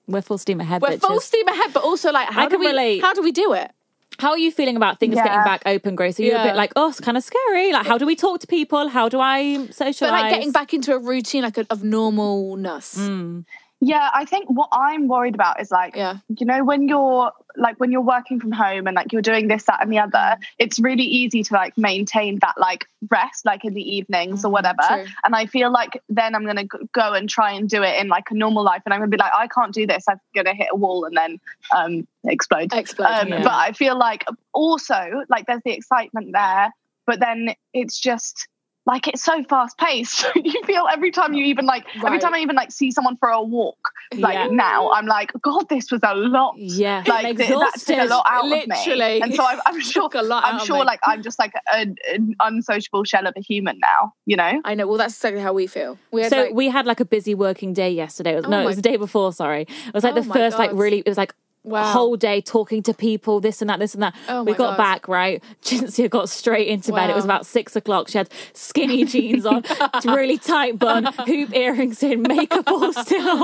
Speaker 1: We're full steam ahead,
Speaker 2: We're
Speaker 1: bitches.
Speaker 2: full steam ahead, but also like, how
Speaker 1: I
Speaker 2: do
Speaker 1: can
Speaker 2: we?
Speaker 1: relate.
Speaker 2: How do we do it?
Speaker 1: How are you feeling about things getting
Speaker 4: Yeah.
Speaker 1: back open, Grace? Are you a
Speaker 2: Yeah.
Speaker 1: bit like, oh, it's kind of scary? Like, how do we talk to people? How do I socialize?
Speaker 2: But like getting back into a routine like a, of normalness.
Speaker 1: Mm.
Speaker 4: Yeah, I think what I'm worried about is like,
Speaker 2: Yeah.
Speaker 4: you know, when you're like when you're working from home and like you're doing this, that, and the other, it's really easy to like maintain that like rest, like in the evenings or whatever.
Speaker 2: true.
Speaker 4: And I feel like then I'm gonna g- go and try and do it in like a normal life, and I'm gonna be like, I can't do this. I'm gonna hit a wall and then um, explode.
Speaker 2: Explode,
Speaker 4: Um,
Speaker 1: yeah.
Speaker 4: But I feel like also like there's the excitement there, but then it's just like it's so fast paced. you feel every time you even like every
Speaker 2: Right.
Speaker 4: time I even like see someone for a walk, like
Speaker 1: Yeah.
Speaker 4: now I'm like, God, this was a lot.
Speaker 1: Yeah,
Speaker 4: Like th- that took a lot out of
Speaker 2: Literally.
Speaker 4: me, and so I'm, I'm
Speaker 2: Took
Speaker 4: sure.
Speaker 2: a lot out
Speaker 4: I'm
Speaker 2: of
Speaker 4: sure,
Speaker 2: me.
Speaker 4: like I'm just like an, an unsociable shell of a human now. You know,
Speaker 2: I know. Well, that's exactly how we feel. We had
Speaker 1: so
Speaker 2: like,
Speaker 1: we had like a busy working day yesterday. It was,
Speaker 2: Oh
Speaker 1: no, it
Speaker 2: my-
Speaker 1: was the day before. Sorry, it was like
Speaker 2: Oh
Speaker 1: the
Speaker 2: my
Speaker 1: first like
Speaker 2: God.
Speaker 1: really. It was like a
Speaker 2: Wow.
Speaker 1: whole day talking to people, this and that, this and that.
Speaker 2: Oh
Speaker 1: we
Speaker 2: my
Speaker 1: got
Speaker 2: God.
Speaker 1: back right. Cinzia got straight into bed. It was
Speaker 2: Wow.
Speaker 1: about six o'clock. She had skinny jeans on, really tight bun, hoop earrings in, makeup all still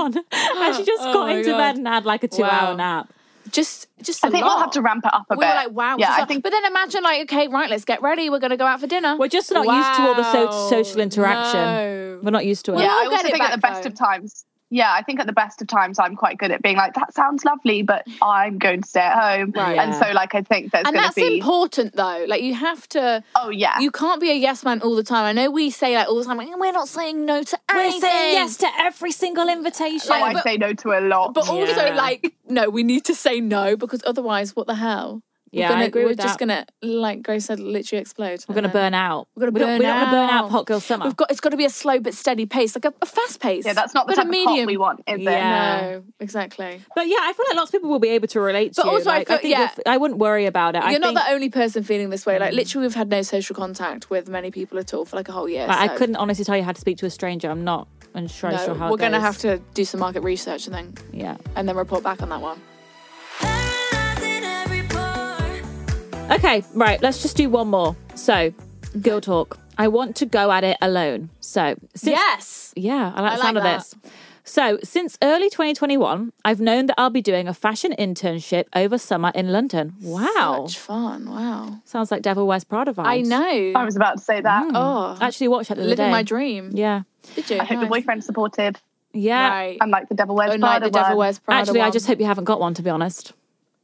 Speaker 1: on, and she just
Speaker 2: Oh
Speaker 1: got
Speaker 2: my
Speaker 1: into bed
Speaker 2: God.
Speaker 1: and had like a two-hour
Speaker 2: Wow.
Speaker 1: nap.
Speaker 2: just just.
Speaker 4: I think
Speaker 2: a lot.
Speaker 4: we'll have to ramp it up a
Speaker 2: we
Speaker 4: bit.
Speaker 2: were like, wow.
Speaker 4: yeah,
Speaker 2: just
Speaker 4: I
Speaker 2: like-
Speaker 4: think.
Speaker 2: But then imagine, like, okay, right, let's get ready. We're going to go out for dinner.
Speaker 1: We're just not used to all the so-
Speaker 2: Wow.
Speaker 1: social interaction.
Speaker 2: No.
Speaker 1: We're not used to it.
Speaker 4: yeah,
Speaker 2: we'll
Speaker 4: I
Speaker 2: get
Speaker 4: also
Speaker 2: it
Speaker 4: think at
Speaker 2: back,
Speaker 4: the best
Speaker 2: though.
Speaker 4: of times. Yeah, I think at the best of times, I'm quite good at being like, that sounds lovely, but I'm going to stay at home.
Speaker 2: Right.
Speaker 4: And so, like, I think there's
Speaker 2: and
Speaker 4: going
Speaker 2: that's
Speaker 4: to be.
Speaker 2: important, though. Like, you have to.
Speaker 4: Oh, yeah.
Speaker 2: You can't be a yes man all the time. I know we say that all the time. Like, we're not saying no to
Speaker 1: We're
Speaker 2: anything.
Speaker 1: saying yes to every single invitation.
Speaker 4: oh, I say no to a lot.
Speaker 2: But also,
Speaker 1: Yeah.
Speaker 2: like, no, we need to say no because otherwise, what the hell? We're
Speaker 1: Yeah, I
Speaker 2: gonna,
Speaker 1: agree
Speaker 2: We're
Speaker 1: with
Speaker 2: just
Speaker 1: that.
Speaker 2: gonna, like Grace said, literally explode.
Speaker 1: We're gonna burn out.
Speaker 2: We're gonna
Speaker 1: we don't,
Speaker 2: burn
Speaker 1: we don't wanna burn out
Speaker 2: out.
Speaker 1: for Hot Girl Summer.
Speaker 2: We've got. It's got to be a slow but steady pace, like a, a fast pace.
Speaker 4: yeah, that's not the
Speaker 2: but a
Speaker 4: type of
Speaker 2: medium.
Speaker 4: cop we want, is
Speaker 1: Yeah.
Speaker 4: it?
Speaker 2: No, exactly.
Speaker 1: But yeah, I feel like lots of people will be able to relate to.
Speaker 2: But also I
Speaker 1: like,
Speaker 2: feel-
Speaker 1: think
Speaker 2: yeah.
Speaker 1: if- I wouldn't worry about it. I
Speaker 2: You're
Speaker 1: think,
Speaker 2: not the only person feeling this way. Like literally, we've had no social contact with many people at all for like a whole year.
Speaker 1: like, I
Speaker 2: so-
Speaker 1: couldn't honestly tell you how to speak to a stranger. I'm not unsure
Speaker 2: No,
Speaker 1: sure how.
Speaker 2: we're
Speaker 1: going to
Speaker 2: have to do some market research and then
Speaker 1: Yeah.
Speaker 2: and then report back on that one.
Speaker 3: Paradise in every pore.
Speaker 1: Okay. Right. Let's just do one more. So, girl talk. I want to go at it alone. So since
Speaker 2: yes.
Speaker 1: Yeah, I like the
Speaker 2: I
Speaker 1: sound
Speaker 2: like
Speaker 1: of this. So, since early 2021, I've known that I'll be doing a fashion internship over summer in London. Wow.
Speaker 2: Such fun. Wow.
Speaker 1: Sounds like Devil Wears Prada vibes.
Speaker 2: I know.
Speaker 4: I was about to say that.
Speaker 2: oh,
Speaker 1: Actually, watched that the other
Speaker 2: living
Speaker 1: day.
Speaker 2: my dream.
Speaker 1: Yeah.
Speaker 2: Did you?
Speaker 4: I hope the
Speaker 2: Nice.
Speaker 4: boyfriend's supportive.
Speaker 1: Yeah.
Speaker 2: Right.
Speaker 4: And like the devil wears
Speaker 2: oh, no,
Speaker 4: Prada
Speaker 2: the devil
Speaker 4: one.
Speaker 2: wears Prada.
Speaker 1: Actually, I
Speaker 2: one.
Speaker 1: just hope you haven't got one, to be honest.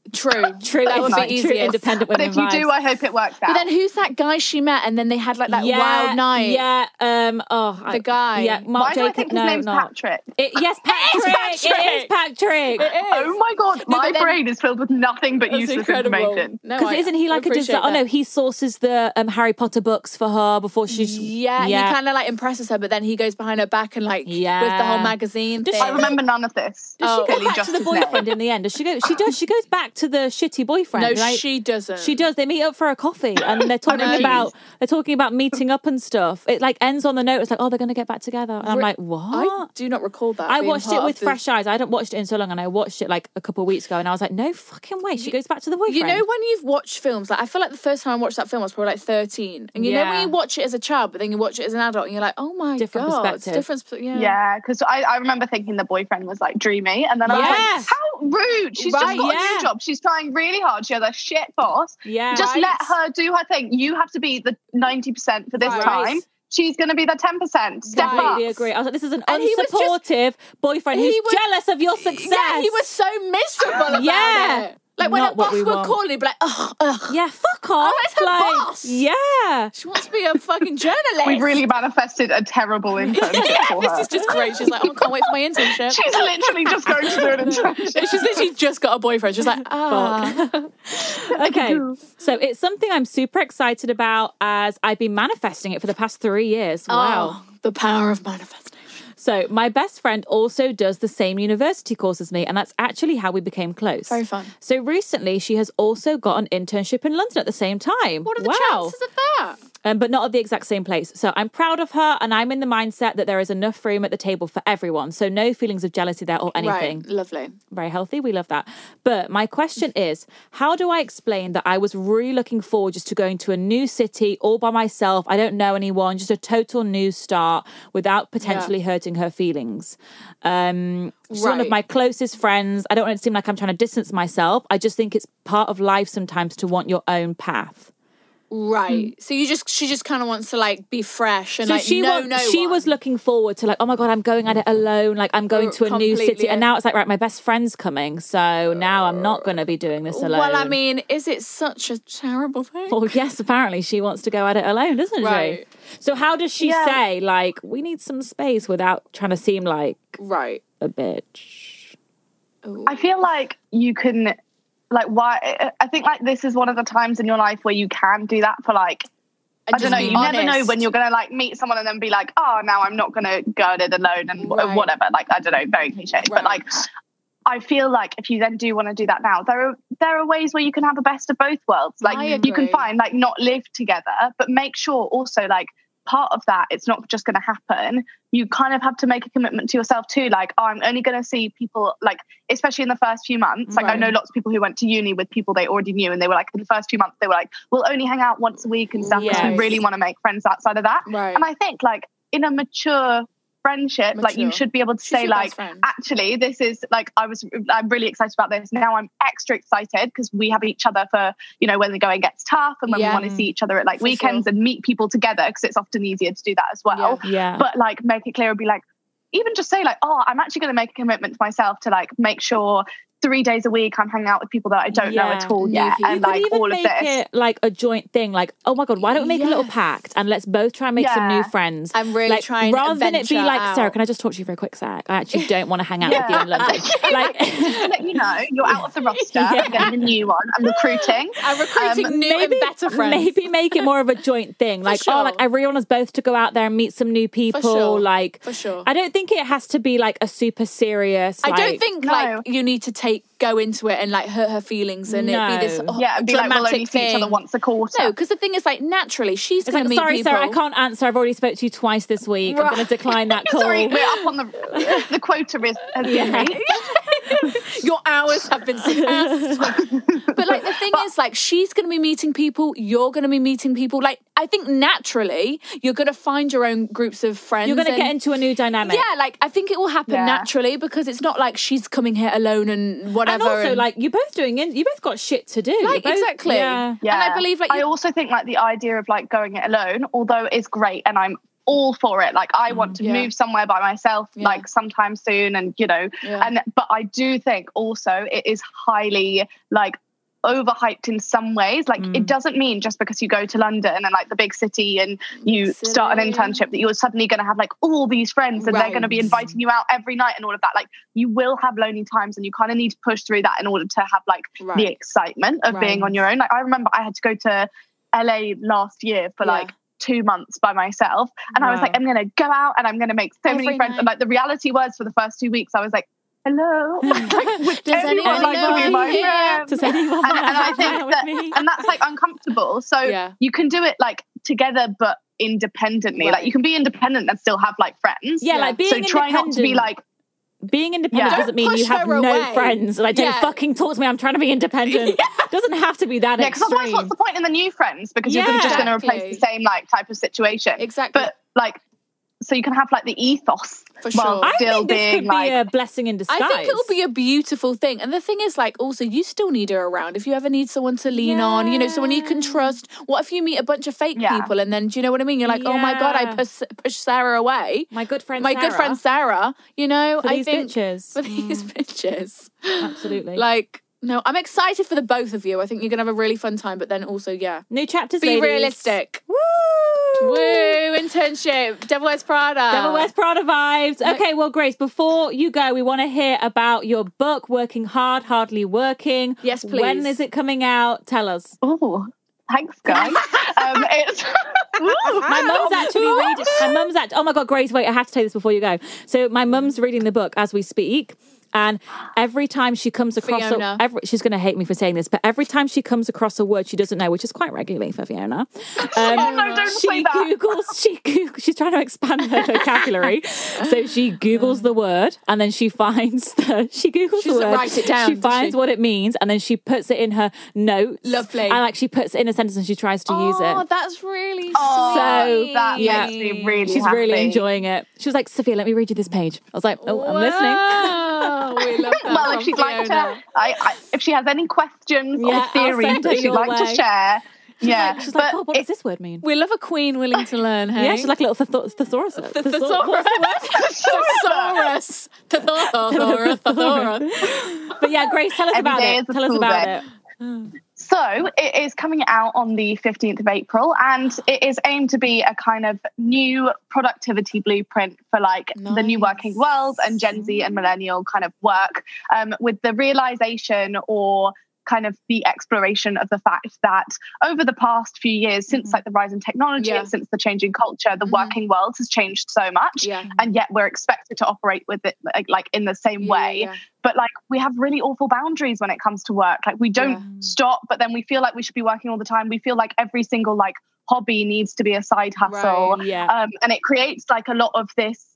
Speaker 2: true. True. That would
Speaker 4: Like,
Speaker 2: be
Speaker 4: true
Speaker 2: easier.
Speaker 1: independent
Speaker 4: But
Speaker 1: women
Speaker 4: if you do,
Speaker 1: vibes.
Speaker 4: I hope it works out.
Speaker 2: But then who's that guy she met? And then they had like that
Speaker 1: yeah,
Speaker 2: wild night.
Speaker 1: Yeah. Um. Oh, I-
Speaker 2: The guy.
Speaker 1: Yeah. Mark
Speaker 4: Why do I
Speaker 1: Jacob.
Speaker 4: think his
Speaker 1: no,
Speaker 4: name's
Speaker 1: not
Speaker 4: Patrick?
Speaker 1: It, yes, Patrick. It is Patrick.
Speaker 4: oh my God, my
Speaker 2: but then-
Speaker 4: brain is filled with nothing but
Speaker 2: That's
Speaker 4: useless
Speaker 2: incredible.
Speaker 4: information.
Speaker 2: No,
Speaker 1: Because
Speaker 2: I-
Speaker 1: isn't he
Speaker 2: I
Speaker 1: like a
Speaker 2: appreciate
Speaker 1: designer? Oh
Speaker 2: that.
Speaker 1: no, he sources the um, Harry Potter books for her before she's
Speaker 2: Yeah, he kind of like impresses her, but then he goes behind her back and like with the
Speaker 1: Yeah.
Speaker 2: whole magazine. Thing.
Speaker 4: I remember none of this.
Speaker 1: Does
Speaker 2: Oh.
Speaker 1: she go
Speaker 4: Clearly
Speaker 1: back
Speaker 4: just
Speaker 1: to the
Speaker 4: his name.
Speaker 1: boyfriend in the end? Does she go? She does. She goes back to the shitty boyfriend.
Speaker 2: No,
Speaker 1: right?
Speaker 2: she doesn't.
Speaker 1: She does. They meet up for a coffee, and they're talking
Speaker 2: know.
Speaker 1: about they're talking about meeting up and stuff. It like ends on the note. It's like, oh, they're going to get back together, and I'm
Speaker 2: Re-
Speaker 1: like, what?
Speaker 2: I do not recall that.
Speaker 1: I
Speaker 2: being
Speaker 1: watched it
Speaker 2: part
Speaker 1: with
Speaker 2: of the-
Speaker 1: fresh eyes. I hadn't watched it in so long, and I watched it like a couple of weeks ago, and I was like, no fucking way. She goes back to the boyfriend.
Speaker 2: You know when you've watched films, like I feel like the first time I watched that film I was probably like thirteen, and you know when
Speaker 1: Yeah.
Speaker 2: you watch it as a child, but then you watch it as an adult, and you're like, oh my
Speaker 1: Different
Speaker 2: god,
Speaker 1: perspective.
Speaker 2: it's different. perspe- Yeah,
Speaker 4: Yeah, because I, I remember thinking the boyfriend was like dreamy, and then I was
Speaker 1: Yes.
Speaker 4: like, how rude! She's
Speaker 2: Right,
Speaker 4: just got a
Speaker 1: yeah.
Speaker 4: new job. She's trying really hard. She has a shit boss.
Speaker 1: Yeah.
Speaker 4: just
Speaker 1: Right.
Speaker 4: let her do her thing. You have to be the ninety percent for this
Speaker 1: Right.
Speaker 4: time. She's going to be the ten percent. Step
Speaker 1: Completely
Speaker 4: up.
Speaker 1: agree. I was like, this is an
Speaker 2: And he was just-
Speaker 1: unsupportive boyfriend
Speaker 2: he
Speaker 1: who's
Speaker 2: was-
Speaker 1: jealous of your success.
Speaker 2: Yeah, he was so miserable about
Speaker 1: Yeah.
Speaker 2: it. Like when
Speaker 1: Not
Speaker 2: her
Speaker 1: what
Speaker 2: boss
Speaker 1: we
Speaker 2: would
Speaker 1: want.
Speaker 2: call you, be like, ugh, ugh.
Speaker 1: Yeah, fuck off.
Speaker 2: Oh, it's her
Speaker 1: like,
Speaker 2: boss.
Speaker 1: Yeah.
Speaker 2: She wants to be a fucking journalist.
Speaker 4: We've really manifested a terrible internship
Speaker 2: yeah,
Speaker 4: for
Speaker 2: this
Speaker 4: her.
Speaker 2: is just great. She's like, oh, I can't wait for my internship.
Speaker 4: She's literally just going to do an internship.
Speaker 2: She's literally just got a boyfriend. She's like, ah.
Speaker 1: Okay. So it's something I'm super excited about as I've been manifesting it for the past three years. Wow.
Speaker 4: Ah.
Speaker 2: Oh, the power of manifestation.
Speaker 1: So my best friend also does the same university course as me, and that's actually how we became close.
Speaker 2: Very fun.
Speaker 1: So recently, she has also got an internship in London at the same time.
Speaker 2: What are the
Speaker 1: wow.
Speaker 2: chances of that?
Speaker 1: um, but not at the exact same place. So I'm proud of her, and I'm in the mindset that there is enough room at the table for everyone. So no feelings of jealousy there or anything.
Speaker 2: Right, lovely.
Speaker 1: Very healthy. We love that. But my question is how do I explain that I was really looking forward just to going to a new city all by myself? I don't know anyone, just a total new start without potentially hurting her feelings. Um, she's one of
Speaker 2: Right.
Speaker 1: my closest friends. I don't want it to seem like I'm trying to distance myself. I just think it's part of life sometimes to want your own path.
Speaker 2: Right. So you just she just kind of wants to like be fresh and
Speaker 1: So
Speaker 2: like
Speaker 1: she
Speaker 2: know
Speaker 1: was
Speaker 2: no
Speaker 1: she
Speaker 2: one.
Speaker 1: was looking forward to like, oh my god, I'm going at it alone. Like I'm going
Speaker 2: Oh,
Speaker 1: to a new city,
Speaker 2: completely.
Speaker 1: and now it's like, right, my best friend's coming, so now I'm not going to be doing this alone.
Speaker 2: Well, I mean, is it such a terrible thing?
Speaker 1: well, yes, apparently she wants to go at it alone, doesn't
Speaker 2: Right.
Speaker 1: she? So how does she
Speaker 4: Yeah.
Speaker 1: say like we need some space without trying to seem like
Speaker 2: Right.
Speaker 1: a bitch?
Speaker 4: I feel like you can, like, why? I think like this is one of the times in your life where you can do that for like. I
Speaker 2: just
Speaker 4: don't know.
Speaker 2: be
Speaker 4: You never know
Speaker 2: honest.
Speaker 4: when you're gonna like meet someone and then be like, "Oh, now I'm not gonna go at it alone" and wh-
Speaker 2: Right.
Speaker 4: whatever. Like, I don't know, very cliche,
Speaker 2: Right.
Speaker 4: but like, I feel like if you then do want to do that now, there are there are ways where you can have the best of both worlds. Like,
Speaker 2: I
Speaker 4: you
Speaker 2: agree.
Speaker 4: can find like not live together, but make sure also like part of that it's not just going to happen you kind of have to make a commitment to yourself too like oh i'm only going to see people like especially in the first few months like i
Speaker 2: Right.
Speaker 4: know lots of people who went to uni with people they already knew and they were like in the first few months they were like we'll only hang out once a week and stuff because
Speaker 1: Yes.
Speaker 4: we really want to make friends outside of that
Speaker 2: Right.
Speaker 4: and i think like in a mature friendship like you
Speaker 2: Mature.
Speaker 4: should be able to
Speaker 2: She's
Speaker 4: say
Speaker 2: your best
Speaker 4: like "Ah,
Speaker 2: friend.
Speaker 4: actually this is like i was i'm really excited about this now i'm extra excited because we have each other for you know when the going gets tough and when
Speaker 2: Yeah.
Speaker 4: we want to see each other at like
Speaker 2: For
Speaker 4: weekends
Speaker 2: sure.
Speaker 4: and meet people together because it's often easier to do that as well
Speaker 1: Yeah.
Speaker 4: but like make it clear and be like even just say like oh i'm actually going to make a commitment to myself to like make sure three days a week i'm hanging out with people that i don't know
Speaker 1: Yeah.
Speaker 4: at all
Speaker 2: New
Speaker 4: yet
Speaker 2: people.
Speaker 4: and
Speaker 1: You could
Speaker 4: like
Speaker 1: even
Speaker 4: all of
Speaker 1: make
Speaker 4: this
Speaker 1: it like a joint thing. Like, oh my god, why don't we make a little
Speaker 2: Yes.
Speaker 1: pact and let's both try and make some new
Speaker 4: Yeah.
Speaker 1: friends?
Speaker 2: I'm really
Speaker 1: like,
Speaker 2: trying to
Speaker 1: rather than it be
Speaker 2: venture
Speaker 1: like Sarah.
Speaker 2: out.
Speaker 1: Can I just talk to you for a quick sec? I actually don't want to hang out with you in London.
Speaker 4: to
Speaker 1: Like,
Speaker 4: let you know you're out of the roster I'm getting a new one i'm recruiting
Speaker 2: I'm recruiting
Speaker 4: Um,
Speaker 2: new
Speaker 1: maybe
Speaker 2: and better friends.
Speaker 1: maybe make it more of a joint thing. Like, oh,
Speaker 2: sure.
Speaker 1: like I really want us both to go out there and meet some new people.
Speaker 2: sure.
Speaker 1: Like,
Speaker 2: For sure.
Speaker 1: I don't think it has to be like a super serious.
Speaker 2: I don't
Speaker 1: like-
Speaker 2: think
Speaker 4: No.
Speaker 2: like you need to take go into it and like hurt her feelings and it be this
Speaker 1: No.
Speaker 2: oh,
Speaker 4: yeah and be like
Speaker 2: dramatic
Speaker 4: we'll only see
Speaker 2: thing.
Speaker 4: each other once a quarter
Speaker 2: No, because the thing is like naturally she's
Speaker 1: It's
Speaker 2: going
Speaker 1: like,
Speaker 2: to meet
Speaker 1: sorry,
Speaker 2: people.
Speaker 1: Sarah, I can't answer. I've already spoke to you twice this week. I'm going
Speaker 2: Right.
Speaker 1: to decline that call.
Speaker 4: Sorry, we're up on the the quota is has been reached.
Speaker 2: Your hours have been surpassed. but like the thing is, like she's going to be meeting people, you're going to be meeting people. Like I think naturally you're going to find your own groups of friends.
Speaker 1: You're going to
Speaker 2: and-
Speaker 1: get into a new dynamic.
Speaker 2: yeah, like I think it will happen
Speaker 4: Yeah.
Speaker 2: naturally because it's not like she's coming here alone and whatever.
Speaker 1: and also like you're both doing in you both got shit to do
Speaker 2: um, Like,
Speaker 1: You're both-
Speaker 2: exactly.
Speaker 1: yeah
Speaker 2: And I believe, like,
Speaker 4: I
Speaker 2: you-
Speaker 4: also think like the idea of like going it alone, although it's great and I'm all for it. Like I want to
Speaker 2: Mm, yeah.
Speaker 4: move somewhere by myself
Speaker 2: Yeah.
Speaker 4: like sometime soon and you know
Speaker 2: Yeah.
Speaker 4: and but I do think also it is highly like overhyped in some ways like
Speaker 2: Mm.
Speaker 4: it doesn't mean just because you go to london and like the big city and you
Speaker 2: Mm,
Speaker 4: start an
Speaker 2: Silly.
Speaker 4: internship that you're suddenly going to have like all these friends and they're going to be
Speaker 2: Right.
Speaker 4: inviting you out every night and all of that like you will have lonely times and you kind of need to push through that in order to have like
Speaker 2: Right.
Speaker 4: the excitement of being on your own. Like I remember I had to go to LA last year for
Speaker 2: Yeah.
Speaker 4: like two months by myself. And I was like, I'm gonna go out and I'm gonna make so
Speaker 2: Every
Speaker 4: many friends. And
Speaker 2: night.
Speaker 4: like the reality was for the first two weeks, I was like, Hello. like, would
Speaker 2: Does
Speaker 4: anyone
Speaker 2: anyone
Speaker 4: like to
Speaker 2: know
Speaker 4: be my
Speaker 2: me?
Speaker 4: friend?
Speaker 1: does anyone
Speaker 4: And,
Speaker 1: wanna
Speaker 4: and I
Speaker 1: hang out
Speaker 4: think
Speaker 1: with
Speaker 4: that,
Speaker 1: me?
Speaker 4: and that's like uncomfortable. So
Speaker 2: Yeah.
Speaker 4: you can do it like together but independently.
Speaker 2: Right.
Speaker 4: Like you can be independent and still have like friends.
Speaker 1: Yeah, like,
Speaker 4: so
Speaker 1: being
Speaker 4: try not to be
Speaker 1: independent-
Speaker 4: like
Speaker 1: being independent
Speaker 4: Yeah.
Speaker 1: doesn't mean
Speaker 2: Don't
Speaker 1: you
Speaker 2: push
Speaker 1: have
Speaker 2: her
Speaker 1: no
Speaker 2: away.
Speaker 1: friends like don't
Speaker 2: Yeah.
Speaker 1: fucking talk to me i'm trying to be independent doesn't have to be that
Speaker 4: Yeah, because otherwise,
Speaker 1: extreme
Speaker 4: what's the point in the new friends? Because you're gonna- just going to replace the
Speaker 2: Exactly.
Speaker 4: same like type of situation.
Speaker 2: Exactly.
Speaker 4: But like, so you can have like the ethos
Speaker 2: For
Speaker 4: while
Speaker 2: sure. I
Speaker 1: i
Speaker 4: still
Speaker 1: think this
Speaker 4: being
Speaker 1: could
Speaker 4: like.
Speaker 1: be a blessing in disguise
Speaker 2: I think it will be a beautiful thing. And the thing is, like, also, you still need her around. If you ever need someone to lean on, you know, someone you can trust. What if you meet a bunch of fake
Speaker 4: Yeah.
Speaker 2: people and then, do you know what I mean? You're like, oh my God,
Speaker 1: Yeah.
Speaker 2: I push, push Sarah away.
Speaker 1: my good friend
Speaker 2: My good
Speaker 1: Sarah,
Speaker 2: friend Sarah, you know,
Speaker 1: for
Speaker 2: I
Speaker 1: these
Speaker 2: think
Speaker 1: bitches Mm.
Speaker 2: for these bitches.
Speaker 1: absolutely
Speaker 2: Like, No, I'm excited for the both of you. I think you're going to have a really fun time, but then also, yeah.
Speaker 1: New chapters,
Speaker 2: Be
Speaker 1: ladies.
Speaker 2: realistic. Woo! Woo! Internship. Devil Wears Prada.
Speaker 1: Devil Wears Prada vibes.
Speaker 2: Uh, Like-
Speaker 1: Okay, well, Grace, before you go, we want to hear about your book, Working Hard, Hardly Working.
Speaker 2: Yes,
Speaker 1: When
Speaker 2: please.
Speaker 1: is it coming out? Tell us.
Speaker 4: Oh, thanks, guys. um, it's
Speaker 1: My mum's actually reading. My mum's act. Oh my god, Grace! Wait, I have to tell you this before you go. So my mum's reading the book as we speak, and every time she comes across, a,
Speaker 2: Fiona.
Speaker 1: every, she's going to hate me for saying this, but every time she comes across a word she doesn't know, which is quite regularly for Fiona,
Speaker 2: Oh,
Speaker 1: um,
Speaker 4: no, don't
Speaker 1: she
Speaker 4: say that.
Speaker 1: googles. She Goog- she's trying to expand her vocabulary, so she googles the word and then she finds the she googles
Speaker 2: She
Speaker 1: the
Speaker 2: doesn't
Speaker 1: word.
Speaker 2: write it down,
Speaker 1: She
Speaker 2: does
Speaker 1: finds
Speaker 2: she?
Speaker 1: what it means and then she puts it in her notes.
Speaker 2: Lovely.
Speaker 1: And like she puts it in a sentence and she tries to use it.
Speaker 2: Oh, that's really
Speaker 4: Oh,
Speaker 1: So,
Speaker 2: sweet.
Speaker 4: that
Speaker 1: yeah.
Speaker 4: makes me really
Speaker 1: She's
Speaker 4: happy.
Speaker 1: really enjoying it. She was like, Sophia, let me read you this page. I was like, oh, I'm listening.
Speaker 2: Wow, we love that.
Speaker 4: well,
Speaker 2: from
Speaker 4: if she'd like to,
Speaker 2: Fiona.
Speaker 4: I, I, if she has any questions
Speaker 1: Yeah, I'll
Speaker 4: or theories
Speaker 1: send her
Speaker 4: that she'd
Speaker 1: your
Speaker 4: like
Speaker 1: way.
Speaker 4: to share, yeah,
Speaker 1: She's like,
Speaker 4: but
Speaker 1: oh, what does
Speaker 4: it's
Speaker 1: this word mean?
Speaker 2: We love a queen willing to learn, hey?
Speaker 1: Yeah, she's like a little thetho- thesaurus. Thetho-
Speaker 2: thesaurus. Thesaurus. Thesaurus. Thesaurus.
Speaker 1: But yeah, Grace, tell us
Speaker 4: Every
Speaker 1: about
Speaker 4: day
Speaker 1: it.
Speaker 4: is a
Speaker 1: Tell us
Speaker 4: school
Speaker 1: about
Speaker 4: day.
Speaker 1: it.
Speaker 4: So it is coming out on the 15th of April and it is aimed to be a kind of new productivity blueprint for like the new working world and Gen Z and millennial kind of work um, with the realization or kind of the exploration of the fact that over the past few years since like the rise in technology
Speaker 2: Mm-hmm. Yeah. Mm-hmm.
Speaker 4: and since the changing culture the working world has changed so much
Speaker 2: Yeah.
Speaker 4: and yet we're expected to operate with it like, like in the same
Speaker 2: Yeah,
Speaker 4: way
Speaker 2: yeah.
Speaker 4: but like we have really awful boundaries when it comes to work like we don't
Speaker 2: Yeah.
Speaker 4: stop but then we feel like we should be working all the time we feel like every single like hobby needs to be a side hustle
Speaker 1: Right, yeah.
Speaker 4: um, and it creates like a lot of this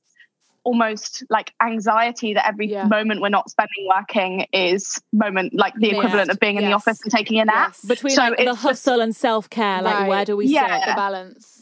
Speaker 4: almost like anxiety that every
Speaker 2: Yeah.
Speaker 4: moment we're not spending working is moment like the
Speaker 2: Missed.
Speaker 4: equivalent of being in the
Speaker 2: Yes.
Speaker 4: office and taking a nap
Speaker 2: Yes.
Speaker 1: Between
Speaker 4: So
Speaker 1: like, the
Speaker 4: it's just-
Speaker 1: hustle and self care, like
Speaker 2: Right.
Speaker 1: where do we
Speaker 4: Yeah.
Speaker 1: sit?
Speaker 2: The balance.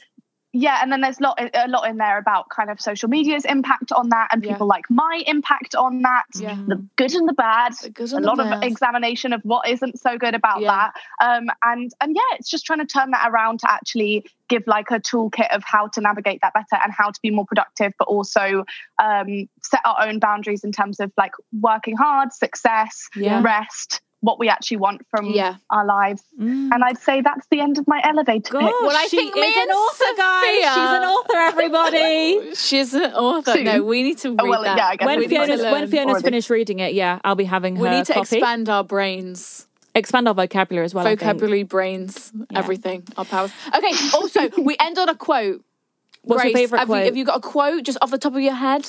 Speaker 4: yeah and then there's lot a lot in there about kind of social media's impact on that and
Speaker 2: Yeah.
Speaker 4: people like my impact on that
Speaker 2: Yeah.
Speaker 4: the good and the bad
Speaker 2: The good
Speaker 4: a
Speaker 2: and the
Speaker 4: lot of
Speaker 2: bad.
Speaker 4: examination of what isn't so good about
Speaker 2: Yeah.
Speaker 4: that um and and yeah it's just trying to turn that around to actually give like a toolkit of how to navigate that better and how to be more productive but also um set our own boundaries in terms of like working hard success
Speaker 1: Yeah.
Speaker 4: rest what we actually want from
Speaker 2: Yeah.
Speaker 4: our lives and i'd say that's the end of my elevator
Speaker 1: Mm. Gosh,
Speaker 4: pitch.
Speaker 2: Well, I
Speaker 1: she
Speaker 2: think me
Speaker 1: is an
Speaker 2: and
Speaker 1: author, guys.
Speaker 2: Sophia-
Speaker 1: She's an author, everybody.
Speaker 2: She's an author.
Speaker 4: Soon.
Speaker 2: No, we need to read
Speaker 4: Oh, well,
Speaker 2: that.
Speaker 4: yeah, I guess
Speaker 1: when
Speaker 4: we need to
Speaker 1: Fiona's, when
Speaker 4: learn
Speaker 1: Fiona's
Speaker 4: already.
Speaker 1: finished reading it, yeah, I'll be having her
Speaker 2: we need to
Speaker 1: copy.
Speaker 2: expand our brains,
Speaker 1: Expand our vocabulary as well. I think.
Speaker 2: vocabulary, brains, everything, our powers. Okay. Also, we end on a quote.
Speaker 1: What's your
Speaker 2: Grace,
Speaker 1: favourite
Speaker 2: have
Speaker 1: quote?
Speaker 2: You, have you got a quote just off the top of your head?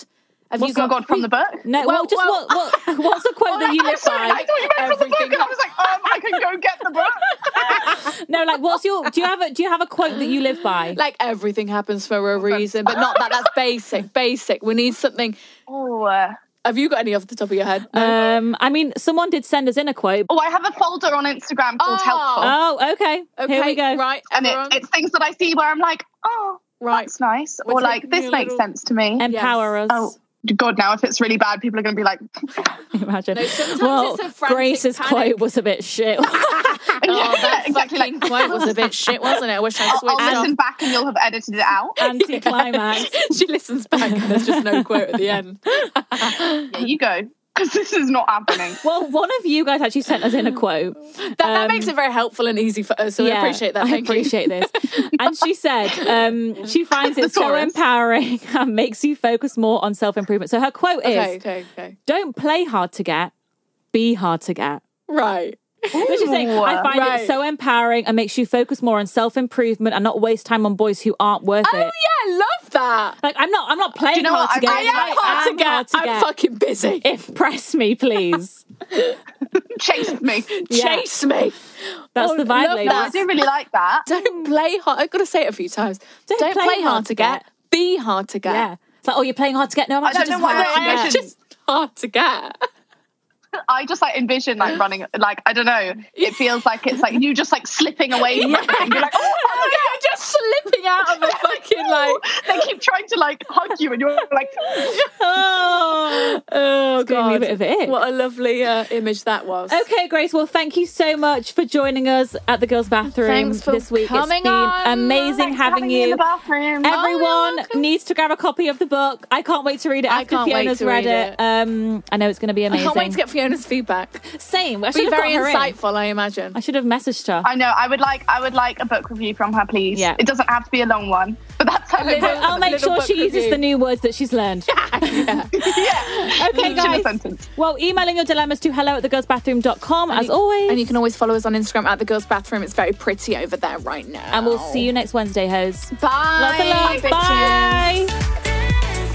Speaker 2: Have
Speaker 4: What's
Speaker 2: you got
Speaker 4: not gone from the book?
Speaker 1: No, well,
Speaker 2: Well,
Speaker 1: just
Speaker 2: well-
Speaker 1: what, what, what's the quote that you
Speaker 4: I'm
Speaker 1: live
Speaker 4: sorry,
Speaker 1: by?
Speaker 4: I thought you meant from the book,
Speaker 2: everything.
Speaker 4: and I was like, um, I can go get the book.
Speaker 1: No, like what's your? Do you have a? Do you have a quote that you live by?
Speaker 2: Like everything happens for a reason, but not that. That's basic. Basic. We need something.
Speaker 4: oh, uh,
Speaker 2: Have you got any off the top of your head? No.
Speaker 1: um, I mean, someone did send us in a quote.
Speaker 4: oh, I have a folder on Instagram called
Speaker 2: Oh.
Speaker 4: Helpful,
Speaker 1: Oh, okay.
Speaker 2: okay.
Speaker 1: Here we go.
Speaker 2: Right.
Speaker 4: and it,
Speaker 2: everyone?
Speaker 4: it's things that I see where I'm like, oh,
Speaker 2: right.
Speaker 4: that's nice,
Speaker 2: We're
Speaker 4: or like
Speaker 2: taking
Speaker 4: this
Speaker 2: a
Speaker 4: makes
Speaker 2: little-
Speaker 4: sense to me.
Speaker 1: Empower us.
Speaker 4: Oh. God, now if it's really bad, people are going to be like,
Speaker 1: Imagine.
Speaker 2: Oh, No, sometimes
Speaker 1: well,
Speaker 2: it's a frantic
Speaker 1: Grace's
Speaker 2: panic.
Speaker 1: quote was a bit shit.
Speaker 2: Oh, that
Speaker 4: exactly like,
Speaker 2: fucking quote was a bit shit, wasn't it? I wish I
Speaker 4: I'll,
Speaker 2: switched
Speaker 4: I'll
Speaker 2: off.
Speaker 4: listen back and you'll have edited it out.
Speaker 1: Uh-huh. Anticlimax.
Speaker 2: she listens back and there's just no quote at the end.
Speaker 1: Um,
Speaker 4: yeah, you go, because this is not happening.
Speaker 1: Well, one of you guys actually sent us in a quote.
Speaker 2: That, that makes it very helpful and easy for us, so we appreciate that.
Speaker 1: I
Speaker 2: Thank you.
Speaker 1: appreciate this. And she said um, she finds it so
Speaker 4: Taurus.
Speaker 1: empowering and makes you focus more on self improvement. So her quote is
Speaker 2: Okay, okay, okay.
Speaker 1: Don't play hard to get, be hard to get.
Speaker 2: Right.
Speaker 1: Which is saying, I find it
Speaker 2: Right.
Speaker 1: so empowering and makes you focus more on self improvement and not waste time on boys who aren't worth
Speaker 2: Oh
Speaker 1: it.
Speaker 2: yeah, I love that.
Speaker 1: Like I'm not, I'm not playing
Speaker 4: you know
Speaker 1: hard
Speaker 4: what?
Speaker 1: to get.
Speaker 4: I- I am
Speaker 1: Like,
Speaker 2: hard
Speaker 1: I'm
Speaker 2: to get.
Speaker 1: hard to
Speaker 2: I'm
Speaker 1: get.
Speaker 2: fucking busy.
Speaker 1: If press me, please.
Speaker 4: Chase me.
Speaker 1: Yeah.
Speaker 2: Chase me.
Speaker 1: That's
Speaker 2: Oh,
Speaker 1: the vibe,
Speaker 2: love
Speaker 1: ladies.
Speaker 4: I
Speaker 2: that.
Speaker 4: do really like that.
Speaker 2: Don't play hard. I've got to say it a few times. Don't, play, hard to get. Be hard to get.
Speaker 1: Yeah. It's like, oh, you're playing hard to get. No, I'm
Speaker 4: I
Speaker 1: actually Oh
Speaker 4: don't
Speaker 1: just
Speaker 4: know why
Speaker 1: hard to
Speaker 4: I
Speaker 1: get.
Speaker 4: actually-
Speaker 2: Just hard to get.
Speaker 4: I just like envision like running, like I don't know. It feels like it's like you just like slipping away. From it. You're like, oh,
Speaker 2: Oh, yeah, just
Speaker 1: slipping out of a fucking like.
Speaker 4: they keep trying to like hug you, and you're like,
Speaker 1: Oh,
Speaker 2: Oh
Speaker 1: It's giving me a bit of an ick.
Speaker 2: What a lovely uh, image that was.
Speaker 1: Okay, Grace. Well, thank you so much for joining us at the girls' bathroom
Speaker 2: Thanks for
Speaker 1: this week.
Speaker 2: coming
Speaker 1: it's been
Speaker 2: on.
Speaker 1: amazing
Speaker 4: Thanks for
Speaker 1: having,
Speaker 4: me
Speaker 1: you.
Speaker 4: in the bathroom.
Speaker 1: Everyone needs to grab a copy of the book. I can't wait to read it
Speaker 2: I
Speaker 1: after
Speaker 2: can't wait
Speaker 1: Fiona's
Speaker 2: to read
Speaker 1: it.
Speaker 2: it.
Speaker 1: Um, I know it's going to be
Speaker 2: I
Speaker 1: amazing.
Speaker 2: can't wait to get Fiona's feedback.
Speaker 1: same. I should
Speaker 2: Be
Speaker 1: have
Speaker 2: very
Speaker 1: got her in.
Speaker 2: insightful, I imagine.
Speaker 1: I should have messaged her.
Speaker 4: I know. I would like. I would like a book review from her, please.
Speaker 1: Yeah.
Speaker 4: It doesn't have to be a long one, but that's how
Speaker 2: little-
Speaker 4: it
Speaker 1: I'll make
Speaker 2: Little
Speaker 1: sure
Speaker 2: book
Speaker 1: she uses
Speaker 2: review.
Speaker 1: the new words that she's learned. Okay,
Speaker 4: Each in a
Speaker 1: guys.
Speaker 4: sentence.
Speaker 1: Well, emailing your dilemmas to hello at thegirlsbathroom.com as always.
Speaker 2: And you can always follow us on Instagram at the girls' bathroom. It's very pretty over there right now.
Speaker 1: and we'll see you next Wednesday, hoes.
Speaker 2: Bye.
Speaker 1: Lots of love.
Speaker 2: bitches.
Speaker 1: Bye.